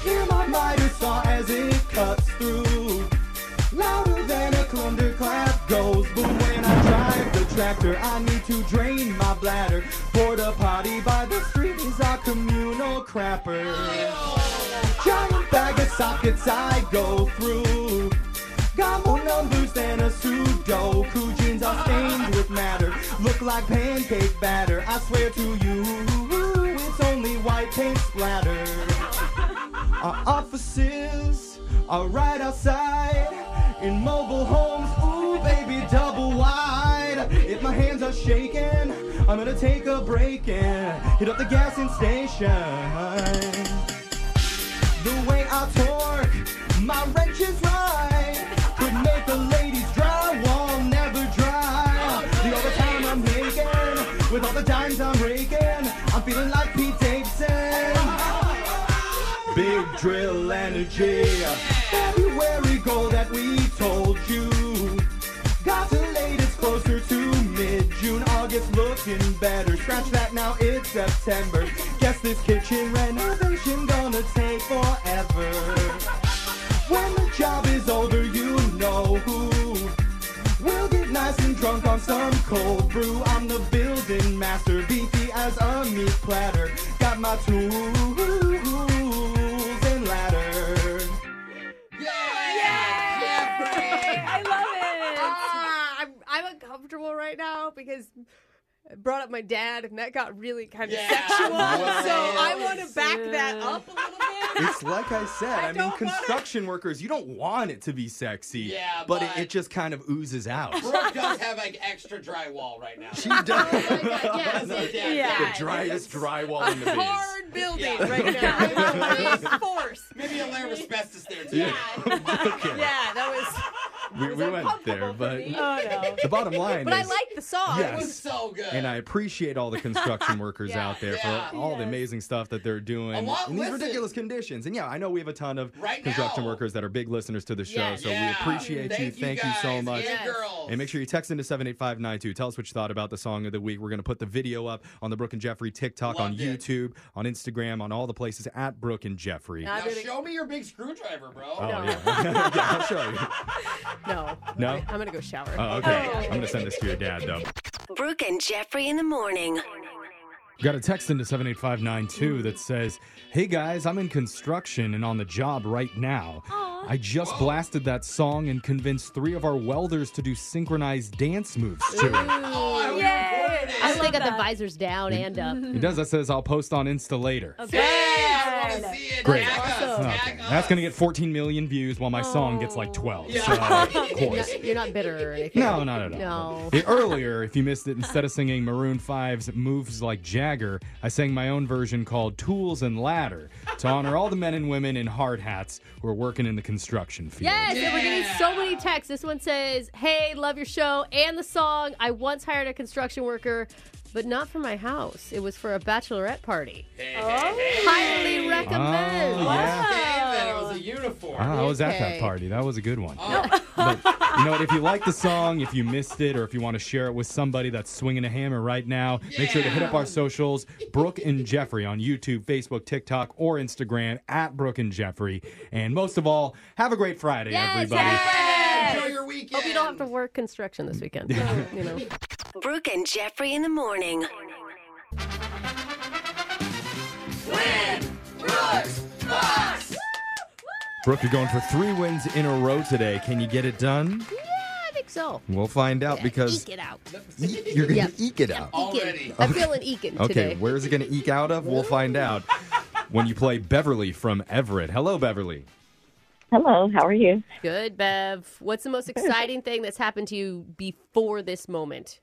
[SPEAKER 8] Hear my miter saw as it cuts through. Louder than a thunderclap goes boom when I drive the tractor. I need to drain my bladder. Porta potty by the street is our communal crapper. Giant bag of sockets I go through. Got more numbers than a Sudoku. Jeans are stained with matter. Look like pancake batter. I swear to you, it's only white paint splatter. Our offices are right outside in mobile homes. Ooh, baby, double wide. If my hands are shaking, I'm gonna take a break and hit up the gas and station. The way I torque, my wrench is right. Could make a lady's drywall never dry. The overtime I'm making With all the dimes I'm raking, I'm feeling like Pete Davidson. Big drill energy. February goal that we told you. Got the latest closer to mid June. August looking better. Scratch that now, it's September. Guess this kitchen renovation gonna take forever. When the job is older, you know who. We'll get nice and drunk on some cold brew. I'm the building master, beefy as a meat platter. Got my tools and ladder.
[SPEAKER 2] I love it. Ah, I'm, I'm uncomfortable right now because I brought up my dad, and that got really kind of sexual.
[SPEAKER 1] Well,
[SPEAKER 2] so I want to back that up a little bit.
[SPEAKER 1] It's like I said. I, mean, construction workers, you don't want it to be sexy,
[SPEAKER 3] Yeah,
[SPEAKER 1] but, it,
[SPEAKER 3] but-
[SPEAKER 1] it just kind of oozes out.
[SPEAKER 3] Brooke does have like extra drywall right now.
[SPEAKER 1] She does.
[SPEAKER 2] Oh
[SPEAKER 3] yes, yes,
[SPEAKER 1] The driest drywall in the biz.
[SPEAKER 2] Hard building
[SPEAKER 3] Yeah.
[SPEAKER 2] right now. Big force.
[SPEAKER 3] Maybe a layer of asbestos there too.
[SPEAKER 1] Yeah.
[SPEAKER 2] Yeah, that was.
[SPEAKER 1] we we went there, but
[SPEAKER 2] Oh, no.
[SPEAKER 1] the bottom line
[SPEAKER 2] But I
[SPEAKER 1] is
[SPEAKER 2] like the song.
[SPEAKER 1] Yes. And I appreciate all the construction workers out there for all the amazing stuff that they're doing in
[SPEAKER 3] lot-
[SPEAKER 1] these
[SPEAKER 3] listen.
[SPEAKER 1] ridiculous conditions. And yeah, I know we have a ton of
[SPEAKER 3] Right
[SPEAKER 1] construction workers that are big listeners to the show,
[SPEAKER 3] Yes.
[SPEAKER 1] so
[SPEAKER 3] Yeah.
[SPEAKER 1] we appreciate you.
[SPEAKER 3] Thank you
[SPEAKER 1] Thank you so
[SPEAKER 3] guys
[SPEAKER 1] much.
[SPEAKER 3] and girls.
[SPEAKER 1] And make sure you text into 78592. Tell us what you thought about the song of the week. We're going to put the video up on the Brooke and Jeffrey TikTok, on
[SPEAKER 3] Loved it.
[SPEAKER 1] YouTube, on Instagram, on all the places at Brooke and Jeffrey.
[SPEAKER 3] Now show me your big screwdriver, bro.
[SPEAKER 1] Oh, yeah. yeah, I'll show you.
[SPEAKER 2] No.
[SPEAKER 1] No?
[SPEAKER 2] I'm going to go shower.
[SPEAKER 1] Oh, okay. I'm going to send this to your dad, though.
[SPEAKER 6] Brooke and Jeffrey in the morning.
[SPEAKER 1] Got a text into 78592 that says, Hey guys, I'm in construction and on the job right now. I just blasted that song and convinced three of our welders to do synchronized dance moves to it.
[SPEAKER 2] Oh, Yay. I like got the visors down and up.
[SPEAKER 1] It does. That says, I'll post on Insta later. Great.
[SPEAKER 2] Great.
[SPEAKER 1] Okay. That's going to get 14 million views while my song gets like 12. So, of
[SPEAKER 2] you're,
[SPEAKER 1] course.
[SPEAKER 2] not, you're not bitter or anything.
[SPEAKER 1] No, not at all.
[SPEAKER 2] No.
[SPEAKER 1] The- earlier, if you missed it, instead of singing Maroon 5's Moves Like Jagger, I sang my own version called Tools and Ladder to honor all the men and women in hard hats who are working in the construction field.
[SPEAKER 2] Yes, and we're getting so many texts. This one says, Hey, love your show and the song. I once hired a construction worker, but not for my house. It was for a bachelorette party. Highly recommend.
[SPEAKER 1] Oh,
[SPEAKER 3] yeah. It was a uniform.
[SPEAKER 1] Ah, I was at that party. That was a good one. But, you know what? If you like the song, if you missed it, or if you want to share it with somebody that's swinging a hammer right now, make sure to hit up our socials Brooke and Jeffrey on YouTube, Facebook, TikTok, or Instagram at Brooke and Jeffrey. And most of all, have a great Friday, everybody.
[SPEAKER 2] Enjoy your weekend. Hope you don't have to work construction this weekend. So, you know.
[SPEAKER 6] Brooke and Jeffrey in the morning.
[SPEAKER 1] Brooke, you're going for three wins in a row today. Can you get it done?
[SPEAKER 2] I think so.
[SPEAKER 1] We'll find out because
[SPEAKER 2] Eke it out.
[SPEAKER 1] you're going to eke it out.
[SPEAKER 2] Already. I'm feeling eking
[SPEAKER 1] Okay,
[SPEAKER 2] today.
[SPEAKER 1] where is it going to eke out of? We'll find out when you play Beverly from Everett. Hello, Beverly.
[SPEAKER 13] Hello, how are you?
[SPEAKER 2] Good, Bev. What's the most exciting thing that's happened to you before this moment?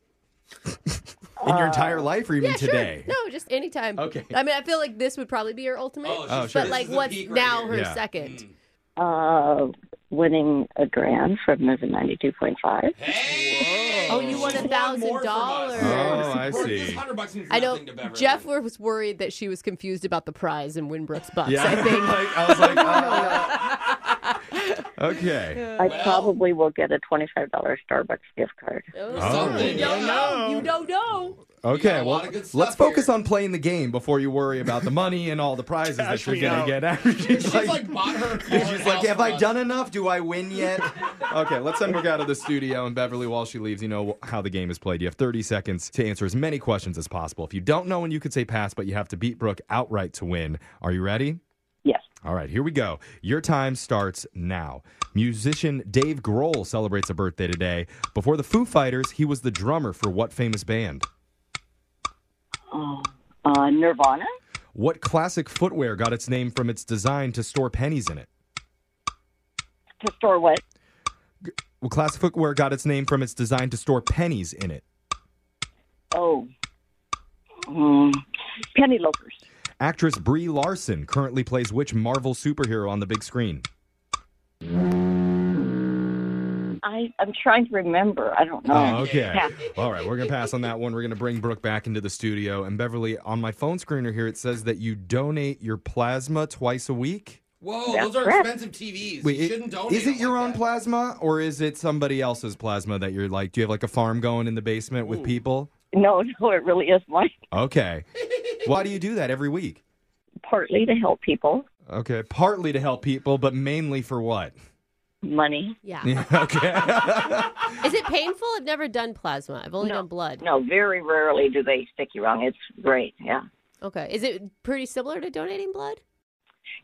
[SPEAKER 1] In your entire life or even
[SPEAKER 2] yeah,
[SPEAKER 1] today?
[SPEAKER 2] Sure. No, just anytime.
[SPEAKER 1] Okay.
[SPEAKER 2] I mean, I feel like this would probably be her ultimate.
[SPEAKER 1] Oh, Oh, sure.
[SPEAKER 2] But
[SPEAKER 1] This
[SPEAKER 2] like,
[SPEAKER 1] is the
[SPEAKER 2] what's
[SPEAKER 1] peak right
[SPEAKER 2] now
[SPEAKER 1] here.
[SPEAKER 2] her
[SPEAKER 1] Yeah.
[SPEAKER 2] second?
[SPEAKER 13] Uh, winning a grand from Moving 92.5.
[SPEAKER 2] Oh, you won a thousand dollars.
[SPEAKER 1] Oh, I
[SPEAKER 3] Brooke,
[SPEAKER 1] see.
[SPEAKER 3] This hundred bucks means
[SPEAKER 2] I know
[SPEAKER 3] nothing to Beverly.
[SPEAKER 2] Jeff was worried that she was confused about the prize in Winbrook's box.
[SPEAKER 1] Yeah,
[SPEAKER 2] I think.
[SPEAKER 1] like, I was like, uh, Okay.
[SPEAKER 13] I probably will get a $25 Starbucks gift card.
[SPEAKER 2] Oh, You don't know. You don't know.
[SPEAKER 1] Okay, well, let's focus on playing the game before you worry about the money and all the prizes that
[SPEAKER 5] Cash
[SPEAKER 1] you're
[SPEAKER 5] me
[SPEAKER 1] going
[SPEAKER 5] out.
[SPEAKER 1] to get. She's
[SPEAKER 3] like, bought her.
[SPEAKER 1] She's like, have I done enough? Do I win yet? okay, let's send Brooke out of the studio. And Beverly, while she leaves, you know how the game is played. You have 30 seconds to answer as many questions as possible. If you don't know when you could say pass, but you have to beat Brooke outright to win. Are you ready?
[SPEAKER 13] Yes.
[SPEAKER 1] All right, here we go. Your time starts now. Musician Dave Grohl celebrates a birthday today. Before the Foo Fighters, he was the drummer for what famous band?
[SPEAKER 13] Uh, uh, Nirvana?
[SPEAKER 1] What classic footwear got its name from its design to store pennies in it?
[SPEAKER 13] To store what?
[SPEAKER 1] What classic footwear got its name from its design to store pennies in it?
[SPEAKER 13] Oh. Mm, penny loafers.
[SPEAKER 1] Actress Brie Larson currently plays which Marvel superhero on the big screen?
[SPEAKER 13] I, I'm trying to remember. I don't know.
[SPEAKER 1] Oh, okay.
[SPEAKER 13] Yeah.
[SPEAKER 1] All right, we're gonna pass on that one. We're gonna bring Brooke back into the studio. And Beverly, on my phone screener here, it says that you donate your plasma twice a week.
[SPEAKER 3] Whoa,
[SPEAKER 1] That's
[SPEAKER 3] those are
[SPEAKER 1] correct.
[SPEAKER 3] expensive TVs.
[SPEAKER 1] Wait,
[SPEAKER 3] you
[SPEAKER 1] it-
[SPEAKER 3] shouldn't donate.
[SPEAKER 1] is it your own plasma or is it somebody else's plasma that you're like? Do you have like a farm going in the basement with people?
[SPEAKER 13] No, no, it really is mine.
[SPEAKER 1] Okay. Why do you do that every week?
[SPEAKER 13] Partly to help people,
[SPEAKER 1] Okay, partly to help people, but mainly for what?
[SPEAKER 13] money.
[SPEAKER 2] Yeah.
[SPEAKER 1] okay.
[SPEAKER 2] Is it painful? I've never done plasma. I've only done blood.
[SPEAKER 13] No, very rarely do they stick you wrong. It's great. Yeah.
[SPEAKER 2] Okay. Is it pretty similar to donating blood?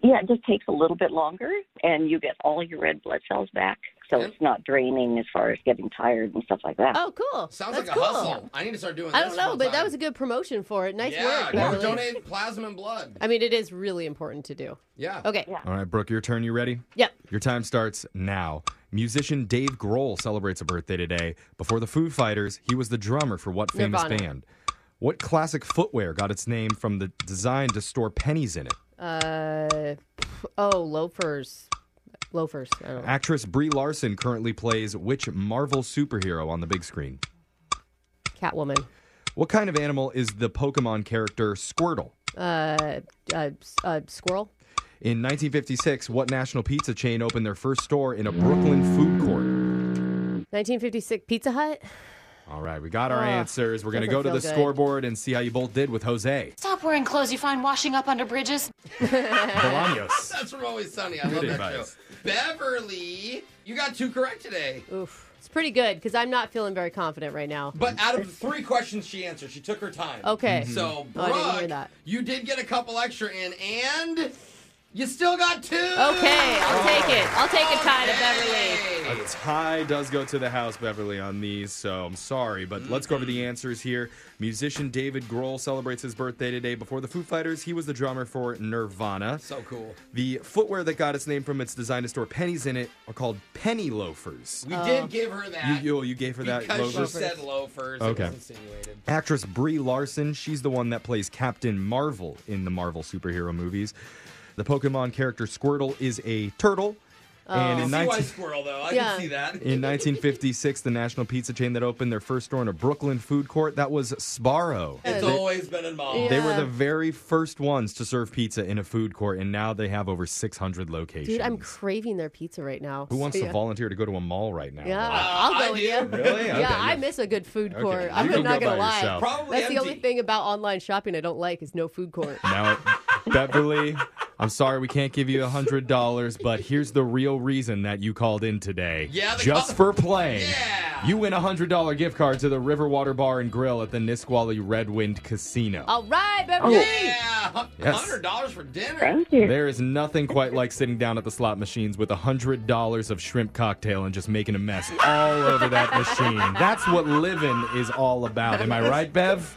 [SPEAKER 13] Yeah, it just takes a little bit longer, and you get all your red blood cells back. So it's not draining as far as getting tired and stuff like that.
[SPEAKER 2] Oh, cool.
[SPEAKER 3] Sounds
[SPEAKER 2] That's
[SPEAKER 3] like a
[SPEAKER 2] cool.
[SPEAKER 3] hustle. I need to start doing
[SPEAKER 2] I
[SPEAKER 3] this
[SPEAKER 2] don't know,
[SPEAKER 3] full
[SPEAKER 2] but that
[SPEAKER 3] time.
[SPEAKER 2] was a good promotion for it. Nice
[SPEAKER 3] yeah,
[SPEAKER 2] work,
[SPEAKER 3] go
[SPEAKER 2] Beverly.
[SPEAKER 3] donate plasma and blood.
[SPEAKER 2] I mean, it is really important to do.
[SPEAKER 3] Yeah.
[SPEAKER 2] Okay.
[SPEAKER 1] All right, Brooke, your turn. You ready?
[SPEAKER 2] Yep.
[SPEAKER 1] Your time starts now. Musician Dave Grohl celebrates a birthday today. Before the Foo Fighters, he was the drummer for what famous
[SPEAKER 2] Nirvana.
[SPEAKER 1] band? What classic footwear got its name from the design to store pennies in it?
[SPEAKER 2] Uh, oh, loafers. Loafers. I don't know.
[SPEAKER 1] Actress Brie Larson currently plays which Marvel superhero on the big screen?
[SPEAKER 2] Catwoman.
[SPEAKER 1] What kind of animal is the Pokemon character Squirtle?
[SPEAKER 2] Uh, uh, s- uh, squirrel.
[SPEAKER 1] In 1956, what national pizza chain opened their first store in a Brooklyn food court?
[SPEAKER 2] 1956 Pizza Hut.
[SPEAKER 1] All right, we got our
[SPEAKER 2] Ugh,
[SPEAKER 1] answers. We're going to
[SPEAKER 2] Ah, doesn't
[SPEAKER 1] go to the
[SPEAKER 2] feel good.
[SPEAKER 1] scoreboard and see how you both did with Jose.
[SPEAKER 14] Stop wearing clothes you find washing up under bridges.
[SPEAKER 1] Bolaños.
[SPEAKER 3] That's from Always Sunny. I
[SPEAKER 1] Good
[SPEAKER 3] love that
[SPEAKER 1] advice.
[SPEAKER 3] show. Beverly, you got two correct today.
[SPEAKER 2] Oof. It's pretty good because I'm not feeling very confident right now.
[SPEAKER 3] But out of the three questions she answered, she took her time.
[SPEAKER 2] Okay.
[SPEAKER 1] Mm-hmm.
[SPEAKER 2] Mhm.
[SPEAKER 3] So,
[SPEAKER 2] Oh, I
[SPEAKER 3] Brooke,
[SPEAKER 2] didn't hear that.
[SPEAKER 3] you did get a couple extra in, and you still got two. Oh. Okay,
[SPEAKER 2] I'll take it. I'll take a tie to Beverly.
[SPEAKER 1] A tie does go to the house, Beverly, on these, so I'm sorry, but let's go over the answers here. Musician David Grohl celebrates his birthday today. Before the Foo Fighters, he was the drummer for Nirvana.
[SPEAKER 3] So cool.
[SPEAKER 1] The footwear that got its name from its design to store pennies in it are called penny loafers.
[SPEAKER 3] We did give her
[SPEAKER 1] You,
[SPEAKER 3] that.
[SPEAKER 1] you, you gave her that
[SPEAKER 3] because
[SPEAKER 1] loafers.
[SPEAKER 3] she said loafers. It
[SPEAKER 1] Okay.
[SPEAKER 3] was insinuated.
[SPEAKER 1] Actress Brie Larson, she's the one that plays Captain Marvel in the Marvel superhero movies. The Pokemon character Squirtle is a turtle.
[SPEAKER 3] I
[SPEAKER 1] in
[SPEAKER 3] Oh, see why
[SPEAKER 1] 19
[SPEAKER 3] squirrel though. I
[SPEAKER 2] Yeah.
[SPEAKER 3] can see that.
[SPEAKER 1] in 1956, the national pizza chain that opened their first store in a Brooklyn food court, that was Sbarro.
[SPEAKER 3] It's
[SPEAKER 1] They-
[SPEAKER 3] always been involved.
[SPEAKER 1] They were the very first ones to serve pizza in a food court, and now they have over 600 locations.
[SPEAKER 2] Dude, I'm craving their pizza right now.
[SPEAKER 1] Who wants
[SPEAKER 2] yeah.
[SPEAKER 1] to volunteer to go to a mall right now?
[SPEAKER 2] Yeah,
[SPEAKER 1] though?
[SPEAKER 2] I'll
[SPEAKER 3] I
[SPEAKER 2] go with
[SPEAKER 3] do.
[SPEAKER 2] you.
[SPEAKER 1] Uh, Really?
[SPEAKER 2] Yeah,
[SPEAKER 1] Okay, yeah.
[SPEAKER 2] I miss a good food
[SPEAKER 1] Okay,
[SPEAKER 2] court.
[SPEAKER 1] you
[SPEAKER 2] I'm
[SPEAKER 1] can
[SPEAKER 2] not
[SPEAKER 1] go
[SPEAKER 2] gonna
[SPEAKER 1] by
[SPEAKER 2] lie.
[SPEAKER 1] yourself.
[SPEAKER 2] That's
[SPEAKER 1] Probably
[SPEAKER 2] the only thing about online shopping I don't like is no food court.
[SPEAKER 1] Now, Beverly, I'm sorry we can't give you $100, but here's the real reason that you called in today.
[SPEAKER 3] Yeah, the
[SPEAKER 1] Just
[SPEAKER 3] co-
[SPEAKER 1] for playing. You win a $100 gift card to the Riverwater Bar and Grill at the Nisqually Red Wind Casino.
[SPEAKER 2] All right, Beverly.
[SPEAKER 3] Yeah,
[SPEAKER 1] Oh. Yes.
[SPEAKER 3] hundred dollars for dinner.
[SPEAKER 1] There is nothing quite like sitting down at the slot machines with $100 of shrimp cocktail and just making a mess all over that machine. That's what living is all about. Am I right, Bev?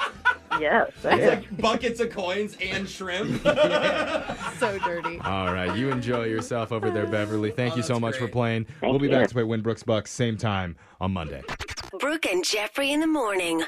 [SPEAKER 13] Yes.
[SPEAKER 3] It's like buckets of coins and shrimp.
[SPEAKER 2] so dirty.
[SPEAKER 1] All right. You enjoy yourself over there, Beverly. Thank you so much for playing. we'll be
[SPEAKER 13] you.
[SPEAKER 1] back to play Winbrooks Bucks same time on Monday.
[SPEAKER 6] Brooke and Jeffrey in the morning.